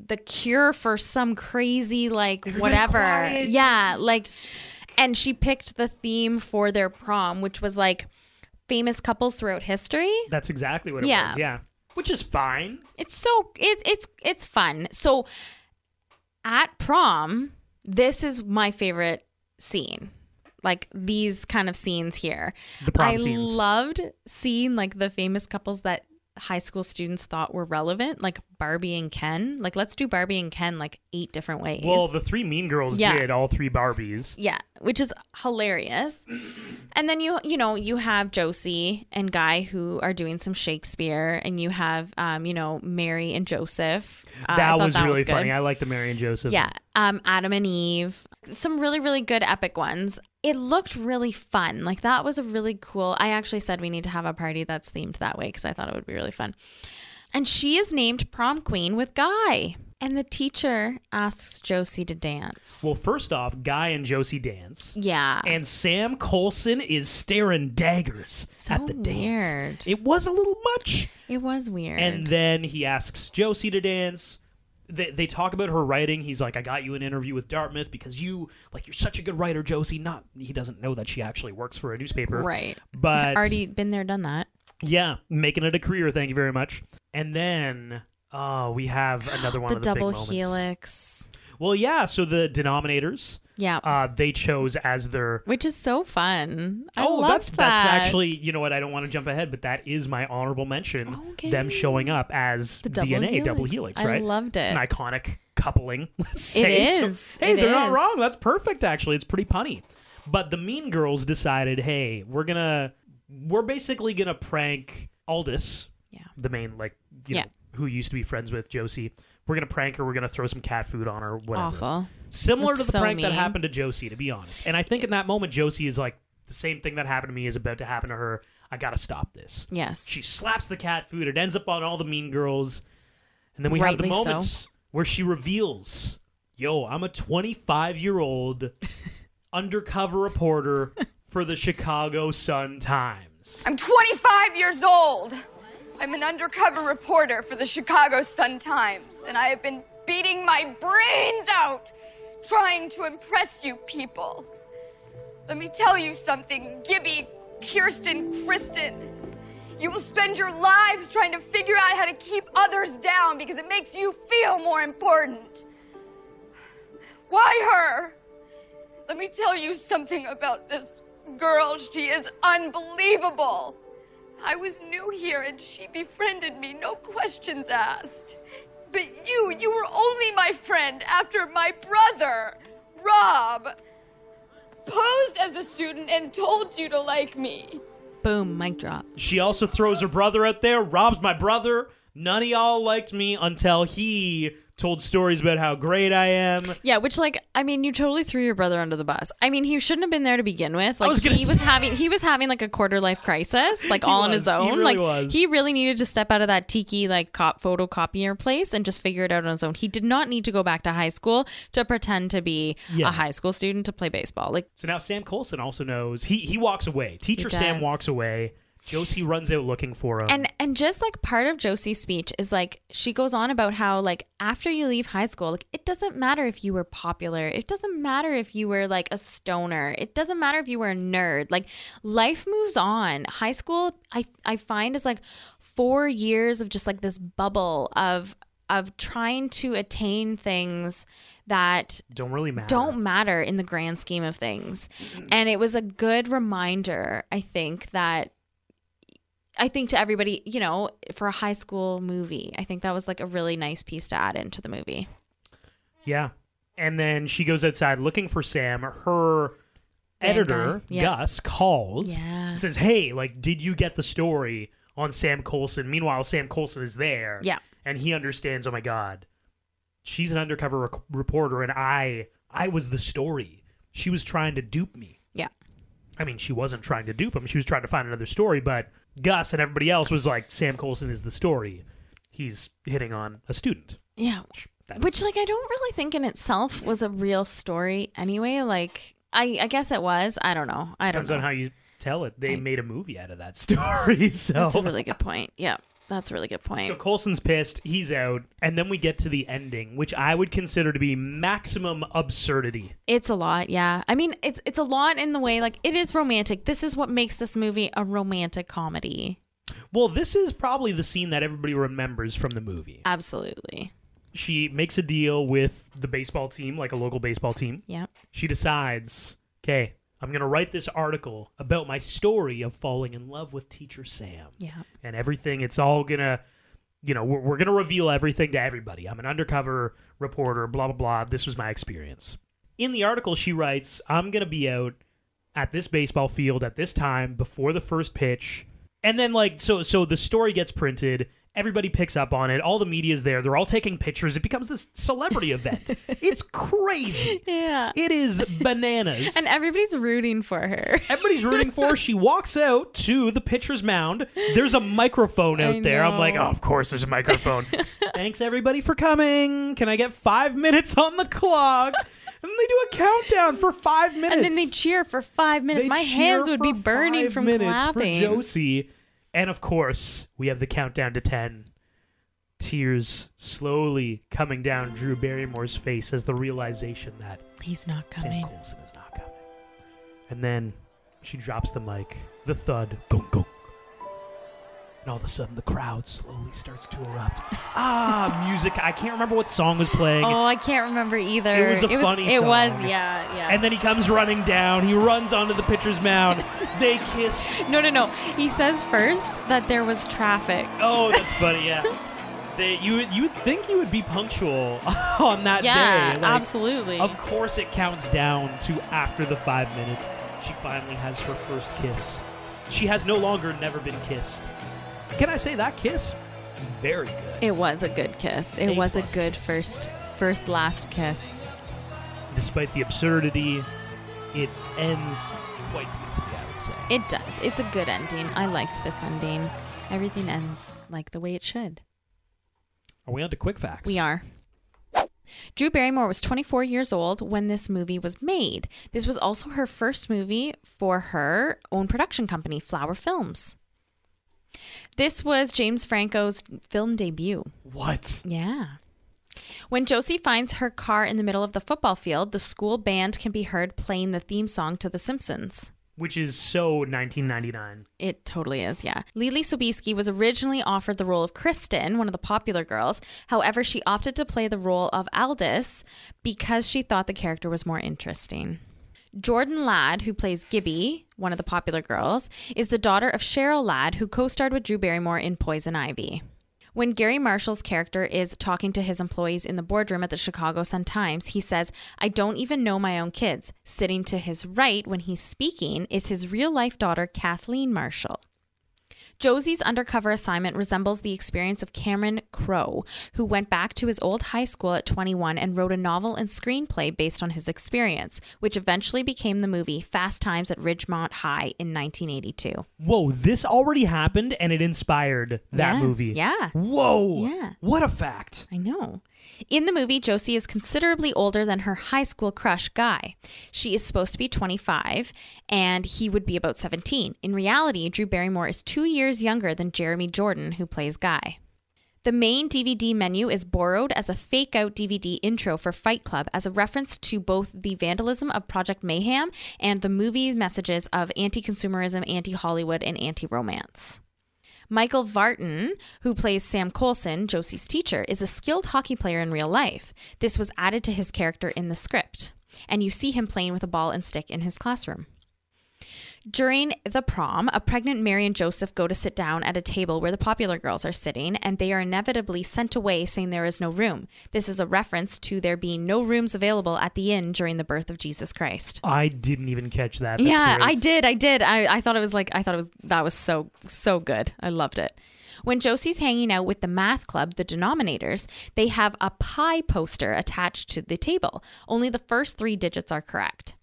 S2: the cure for some crazy like whatever.
S1: quiet.
S2: Yeah, like and she picked the theme for their prom, which was like famous couples throughout history.
S1: That's exactly what it
S2: Yeah.
S1: was. Yeah. Which is fine.
S2: It's so it, it's it's fun. So at prom, this is my favorite scene. Like these kind of scenes here.
S1: The prom
S2: I
S1: scenes.
S2: loved seeing like the famous couples that high school students thought were relevant, like Barbie and Ken. Like let's do Barbie and Ken like eight different ways.
S1: Well, the three mean girls
S2: Yeah.
S1: did all three Barbies.
S2: Yeah, which is hilarious. And then you you know you have Josie and Guy who are doing some Shakespeare, and you have um you know Mary and Joseph. Uh, I
S1: that
S2: thought
S1: was really
S2: good.
S1: funny. I like the Mary and Joseph.
S2: Yeah, um Adam and Eve, some really really good epic ones. It looked really fun. Like that was a really cool. I actually said we need to have a party that's themed that way because I thought it would be really fun. And she is named prom queen with Guy, and the teacher asks Josie to dance.
S1: Well, first off, Guy and Josie dance.
S2: yeah.
S1: And Sam Colson is staring daggers
S2: So
S1: at the
S2: weird.
S1: dance. It was a little much.
S2: It was weird.
S1: And then he asks Josie to dance. They, they talk about her writing. He's like, I got you an interview with Dartmouth because you, like, you're such a good writer, Josie. Not, he doesn't know that she actually works for a newspaper.
S2: right.
S1: But
S2: Already been there, done that.
S1: yeah, making it a career. Thank you very much. And then, uh, we have another one
S2: The
S1: of the big
S2: double
S1: moments.
S2: helix.
S1: Well, yeah. So the denominators,
S2: Yeah.
S1: uh, they chose as their.
S2: which is so fun. I
S1: oh,
S2: loved
S1: that's
S2: that.
S1: that's actually you know what I don't want to jump ahead, but that is my honorable mention. Them
S2: Okay.
S1: showing up as
S2: The double
S1: DNA double
S2: helix.
S1: helix,
S2: I
S1: right?
S2: loved
S1: It's an
S2: it.
S1: iconic coupling. Let's say. So,
S2: is.
S1: hey,
S2: It
S1: they're not
S2: is.
S1: wrong. That's perfect. Actually, it's pretty punny. But the Mean Girls decided, hey, we're gonna we're basically gonna prank Aldous,
S2: Yeah.
S1: the main like you
S2: Yeah.
S1: know, who used to be friends with Josie. We're gonna prank her. We're gonna throw some cat food on her. Whatever
S2: awful.
S1: similar
S2: That's
S1: to the
S2: so
S1: prank that
S2: mean.
S1: happened to Josie, to be honest. And I think in that moment, Josie is like, the same thing that happened to me is about to happen to her. I gotta stop this.
S2: Yes.
S1: She slaps the cat food. It ends up on all the mean girls. And then we have the
S2: Rightly so.
S1: moments where she reveals, yo, I'm a 25 year old undercover reporter for the Chicago Sun Times.
S4: I'm 25 years old. I'm an undercover reporter for the Chicago Sun Times, and I have been beating my brains out trying to impress you people. Let me tell you something, Gibby, Kirsten, Kristen. You will spend your lives trying to figure out how to keep others down because it makes you feel more important. Why her? Let me tell you something about this girl. She is unbelievable. I was new here and she befriended me, no questions asked. But you, you were only my friend after my brother, Rob, posed as a student and told you to like me.
S2: Boom, mic drop.
S1: She also throws her brother out there. Rob's my brother. None of y'all liked me until he told stories about how great I am.
S2: Yeah, which like I mean, you totally threw your brother under the bus. I mean, he shouldn't have been there to begin with. Like
S1: was gonna
S2: he was
S1: say-
S2: having he was having like a quarter life crisis, like all on
S1: was.
S2: his
S1: He
S2: own.
S1: really
S2: like
S1: was.
S2: he really needed to step out of that tiki like cop photocopier place and just figure it out on his own. He did not need to go back to high school to pretend to be
S1: Yeah.
S2: a high school student to play baseball. Like
S1: So now Sam Colson also knows. He he walks away. Teacher
S2: He
S1: Sam
S2: does.
S1: walks away. Josie runs out looking for him.
S2: and and just like part of Josie's speech is like she goes on about how like after you leave high school like it doesn't matter if you were popular it doesn't matter if you were like a stoner it doesn't matter if you were a nerd like life moves on high school I I find is like 4 years of just like this bubble of of trying to attain things that
S1: don't really matter.
S2: don't matter in the grand scheme of things. And it was a good reminder, I think, that I think to everybody, you know, for a high school movie, I think that was like a really nice piece to add into the movie.
S1: Yeah. And then she goes outside looking for Sam. Her editor,
S2: guy, yeah.
S1: Gus, calls.
S2: Yeah.
S1: and Says, Hey, like, did you get the story on Sam Colson? Meanwhile, Sam Colson is there.
S2: Yeah.
S1: And he understands, oh my God, she's an undercover rec- reporter, and I I was the story. She was trying to dupe me.
S2: Yeah.
S1: I mean, she wasn't trying to dupe him. She was trying to find another story, but Gus and everybody else was like, Sam Colson is the story. He's hitting on a student.
S2: Yeah.
S1: That's-
S2: Which, like, I don't really think in itself was a real story anyway. Like, I, I guess it was. I don't know. I don't
S1: Depends
S2: know.
S1: on how you tell it. They made a movie out of that story, so
S2: That's a really good point. Yeah. That's a really good point.
S1: So Colson's pissed, he's out, and then we get to the ending, which I would consider to be maximum absurdity.
S2: It's a lot, yeah. I mean, it's it's a lot in the way like it is romantic. This is what makes this movie a romantic comedy.
S1: Well, this is probably the scene that everybody remembers from the movie.
S2: Absolutely.
S1: She makes a deal with the baseball team, like a local baseball team.
S2: Yep.
S1: She decides, okay, I'm going to write this article about my story of falling in love with teacher Sam.
S2: Yeah.
S1: and everything. It's all gonna, you know, we're, we're gonna reveal everything to everybody. I'm an undercover reporter, blah, blah, blah. This was my experience. In the article, she writes, I'm gonna be out at this baseball field at this time before the first pitch. And then, like, so, so the story gets printed. Everybody picks up on it. All the media's there. They're all taking pictures. It becomes this celebrity event. It's crazy.
S2: Yeah.
S1: It is bananas.
S2: And everybody's rooting for her.
S1: Everybody's rooting for. her. She walks out to the pitcher's mound. There's a microphone out
S2: I
S1: there. I'm like,
S2: know.
S1: oh, of course, there's a microphone. Thanks everybody for coming. Can I get five minutes on the clock? And they do a countdown for five minutes.
S2: And then they cheer for five minutes.
S1: They
S2: My
S1: cheer
S2: hands would
S1: for
S2: be burning
S1: five
S2: from
S1: minutes
S2: clapping.
S1: For Josie, and of course, we have the countdown to ten. Tears slowly coming down Drew Barrymore's face as the realization that
S2: He's not
S1: Sam
S2: coming.
S1: Coulson is not coming. And then she drops the mic, the thud, gunk, gunk. And all of a sudden, the crowd slowly starts to erupt. ah, music. I can't remember what song was playing.
S2: Oh, I can't remember either.
S1: It was a funny
S2: It was,
S1: song.
S2: yeah, yeah.
S1: And then he comes running down. He runs onto the pitcher's mound. they kiss.
S2: no, no, no. He says first that there was traffic.
S1: Oh, that's funny. Yeah. They, you would- you would think you would be punctual on that
S2: yeah,
S1: day. like,
S2: absolutely.
S1: Of course, it counts down to after the five minutes. She finally has her first kiss. She has no longer never been kissed. Can I say that kiss? Very good.
S2: It was a good kiss. It
S1: A
S2: was a
S1: plus
S2: good
S1: kiss.
S2: first, first, last kiss.
S1: Despite the absurdity, it ends quite beautifully, I would say.
S2: It does. It's a good ending. I liked this ending. Everything ends like the way it should.
S1: Are we on to quick facts?
S2: We are. Drew Barrymore was 24 years old when this movie was made. This was also her first movie for her own production company, Flower Films. This was James Franco's film debut.
S1: What?
S2: Yeah. When Josie finds her car in the middle of the football field, the school band can be heard playing the theme song to The Simpsons.
S1: Which is so 1999.
S2: It totally is, yeah. Lily Sobieski was originally offered the role of Kristen, one of the popular girls. However, she opted to play the role of Aldous because she thought the character was more interesting. Jordan Ladd, who plays Gibby, one of the popular girls, is the daughter of Cheryl Ladd, who co starred with Drew Barrymore in Poison Ivy. When Gary Marshall's character is talking to his employees in the boardroom at the Chicago Sun Times, he says, I don't even know my own kids. Sitting to his right when he's speaking is his real life daughter, Kathleen Marshall. Josie's undercover assignment resembles the experience of Cameron Crowe, who went back to his old high school at 21 and wrote a novel and screenplay based on his experience, which eventually became the movie Fast Times at Ridgemont High in 1982.
S1: Whoa, this already happened and it inspired that
S2: Yes,
S1: movie.
S2: yeah.
S1: Whoa.
S2: Yeah.
S1: What a fact.
S2: I know. In the movie, Josie is considerably older than her high school crush, Guy. She is supposed to be 25, and he would be about 17. In reality, Drew Barrymore is two years younger than Jeremy Jordan, who plays Guy. The main DVD menu is borrowed as a fake out DVD intro for Fight Club as a reference to both the vandalism of Project Mayhem and the movie's messages of anti consumerism, anti Hollywood, and anti romance. Michael Vartan, who plays Sam Coulson, Josie's teacher, is a skilled hockey player in real life. This was added to his character in the script, and you see him playing with a ball and stick in his classroom. During the prom, a pregnant Mary and Joseph go to sit down at a table where the popular girls are sitting, and they are inevitably sent away saying there is no room. This is a reference to there being no rooms available at the inn during the birth of Jesus Christ.
S1: I didn't even catch that. That's
S2: yeah,
S1: great.
S2: I did. I did. I, I thought it was like, I thought it was, that was so, so good. I loved it. When Josie's hanging out with the math club, the denominators, they have a pi poster attached to the table. Only the first three digits are correct.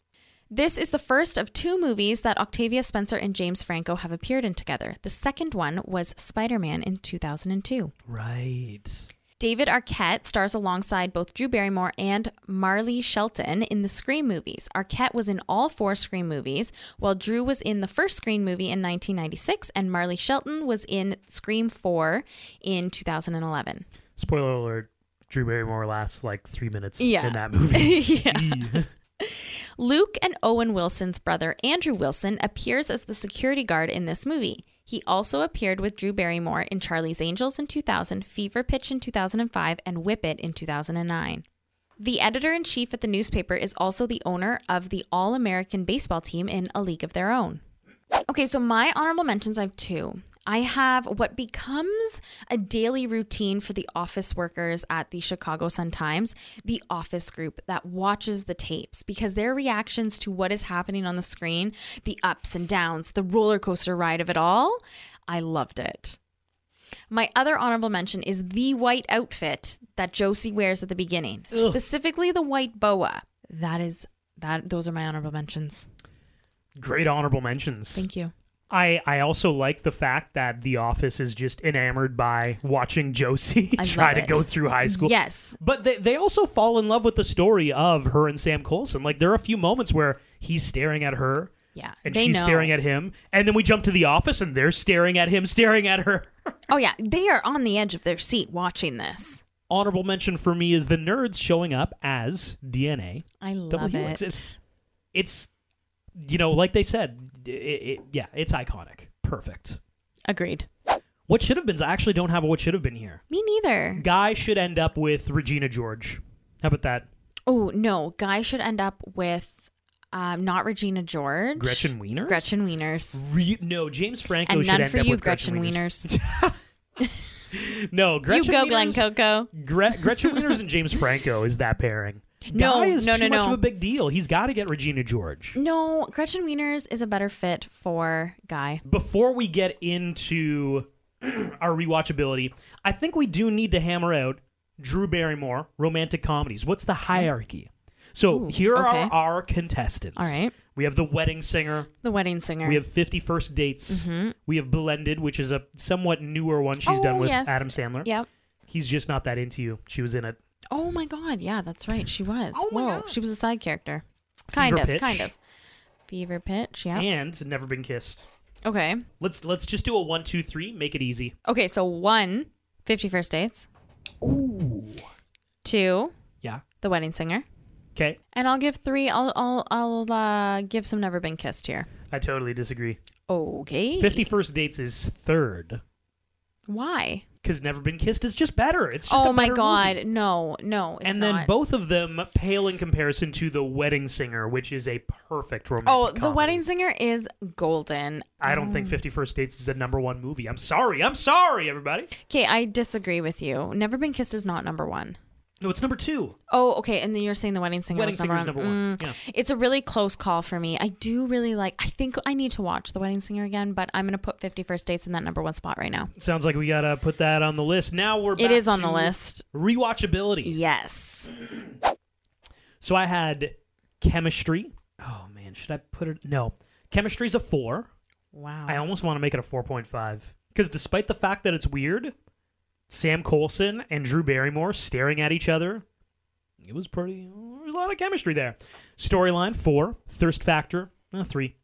S2: This is the first of two movies that Octavia Spencer and James Franco have appeared in together. The second one was Spider Man in 2002.
S1: Right.
S2: David Arquette stars alongside both Drew Barrymore and Marley Shelton in the Scream movies. Arquette was in all four Scream movies, while Drew was in the first Scream movie in 1996, and Marley Shelton was in Scream 4 in 2011.
S1: Spoiler alert: Drew Barrymore lasts like three minutes
S2: Yeah.
S1: in that movie.
S2: yeah. Luke and Owen Wilson's brother, Andrew Wilson, appears as the security guard in this movie. He also appeared with Drew Barrymore in Charlie's Angels in 2000, Fever Pitch in 2005, and Whip It in 2009. The editor in chief at the newspaper is also the owner of the All American baseball team in A League of Their Own. Okay, so my honorable mentions, I have two. I have what becomes a daily routine for the office workers at the Chicago Sun Times, the office group that watches the tapes because their reactions to what is happening on the screen, the ups and downs, the roller coaster ride of it all, I loved it. My other honorable mention is the white outfit that Josie wears at the beginning,
S1: Ugh.
S2: specifically the white boa. That is that those are my honorable mentions.
S1: Great honorable mentions.
S2: Thank you.
S1: I, I also like the fact that The Office is just enamored by watching Josie
S2: I
S1: try
S2: love
S1: to
S2: it.
S1: go through high school.
S2: Yes.
S1: But they, they also fall in love with the story of her and Sam Colson. Like, there are a few moments where he's staring at her
S2: Yeah.
S1: and
S2: they
S1: she's
S2: know.
S1: staring at him. And then we jump to The Office and they're staring at him, staring at her.
S2: Oh yeah, they are on the edge of their seat watching this.
S1: Honorable mention for me is the nerds showing up as DNA.
S2: I love
S1: Double
S2: it.
S1: helix. It's, it's, you know, like they said, it, it, yeah, it's iconic. Perfect.
S2: Agreed.
S1: What should have been? I actually don't have a what should have been here.
S2: Me neither.
S1: Guy should end up with Regina George. How about that?
S2: Oh no, guy should end up with um, not Regina George,
S1: Gretchen Wieners?
S2: Gretchen Wieners,
S1: Re- no, James Franco
S2: and
S1: should
S2: none
S1: end
S2: for
S1: up
S2: you,
S1: with Gretchen,
S2: Gretchen
S1: Wieners.
S2: Wieners.
S1: No, Gretchen
S2: you go,
S1: Wieners,
S2: Glenn Coco.
S1: Gre- Gretchen Wieners and James Franco is that pairing.
S2: No,
S1: Guy is
S2: no,
S1: too
S2: no,
S1: much
S2: no.
S1: of a big deal. He's got to get Regina George.
S2: No, Gretchen Wieners is a better fit for guy.
S1: Before we get into our rewatchability, I think we do need to hammer out Drew Barrymore romantic comedies. What's the hierarchy? So
S2: Ooh,
S1: here
S2: okay.
S1: are our contestants.
S2: All right.
S1: We have The Wedding Singer.
S2: The wedding singer.
S1: We have 50 First Dates. We have Blended, which is a somewhat newer one she's
S2: Mm-hmm. Oh,
S1: done with
S2: yes.
S1: Adam Sandler.
S2: Yep.
S1: He's just not that into you. She was in it.
S2: Oh my God! Yeah, that's right. She was. Whoa, she was a side character. Kind
S1: Fever
S2: of,
S1: Pitch.
S2: kind of. Fever pitch. Yeah.
S1: And Never Been Kissed.
S2: okay.
S1: Let's let's just do a one, two, three. Make it easy.
S2: Okay, so one, 50 First Dates. Two,
S1: Yeah.
S2: The Wedding Singer.
S1: Okay.
S2: And I'll give three, I'll, I'll, I'll uh, give some Never Been Kissed here.
S1: I totally disagree.
S2: Okay.
S1: Fifty First Dates is third
S2: Why?
S1: because Never Been Kissed is just better. It's just
S2: Oh
S1: a
S2: my
S1: better
S2: God.
S1: movie.
S2: No, no. It's
S1: And then
S2: not.
S1: both of them pale in comparison to The Wedding Singer, which is a perfect romantic
S2: Oh, The
S1: comedy.
S2: Wedding Mm. Singer is golden.
S1: I don't think Fifty First Dates is a number one movie. I'm sorry. I'm sorry, everybody.
S2: Okay, I disagree with you. Never Been Kissed is not number one.
S1: No, it's number two.
S2: Oh, okay. And then you're saying The Wedding Singer
S1: Wedding
S2: was number
S1: Singer is
S2: one.
S1: number one,
S2: Mm.
S1: yeah.
S2: It's a really close call for me. I do really like, I think I need to watch The Wedding Singer again, but I'm going to put 50 First Dates in that number one spot right now.
S1: Sounds like we gotta put that on the list. Now we're
S2: It
S1: back
S2: is on the
S1: to
S2: list.
S1: Rewatchability.
S2: Yes.
S1: So I had chemistry. Oh man, should I put it? No, chemistry's a four.
S2: Wow.
S1: I almost want to make it a four point five because despite the fact that it's weird, Sam Colson and Drew Barrymore staring at each other. It was pretty. There was a lot of chemistry there. Storyline four. Thirst factor uh, three.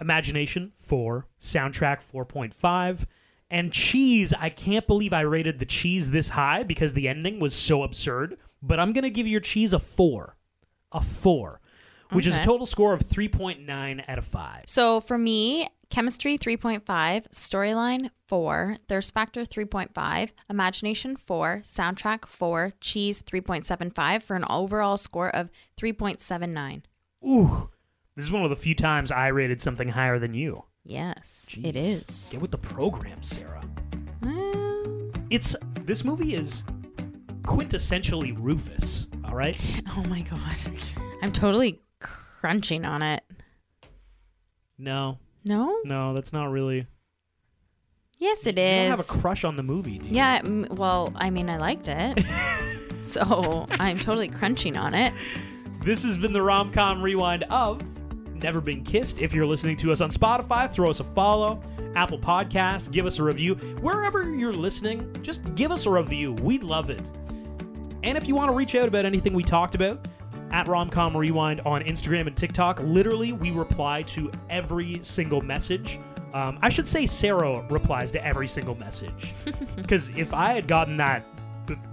S1: Imagination four. Soundtrack four point five. And cheese, I can't believe I rated the cheese this high because the ending was so absurd. But I'm gonna give your cheese a four, a four, which is a
S2: Okay.
S1: total score of three point nine out of five.
S2: so for me, chemistry 3.5, storyline 4, thirst factor 3.5, imagination 4, soundtrack 4, cheese 3.75 for an overall score of 3.79.
S1: Ooh, this is one of the few times I rated something higher than you.
S2: Yes,
S1: Jeez.
S2: it is.
S1: Get with the program, Sarah.
S2: Well,
S1: It's this movie is quintessentially Rufus. All right.
S2: Oh my god. I'm totally crunching on it.
S1: No,
S2: No?
S1: no, that's not really.
S2: Yes, it
S1: You
S2: is.
S1: don't have a crush on the movie, do you?
S2: yeah, mm, well, I mean, I liked it. so I'm totally crunching on it.
S1: This has been the rom com rewind of Never Been Kissed. If you're listening to us on Spotify, throw us a follow. Apple Podcasts, give us a review. Wherever you're listening, just give us a review. We love it. And if you want to reach out about anything we talked about, at Romcom Rewind on Instagram and TikTok. Literally, we reply to every single message. Um, I should say Sarah replies to every single message. Because if I had gotten that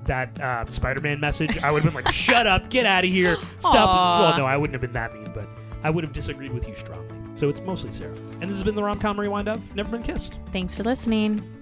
S1: that uh, Spider-Man message, I would have been like, "Shut up, get out of here, stop."
S2: Aw.
S1: Well, no, I wouldn't have been that mean, but I would have disagreed with you strongly. So it's mostly Sarah. And this has been the Romcom Rewind of Never Been Kissed.
S2: Thanks for listening.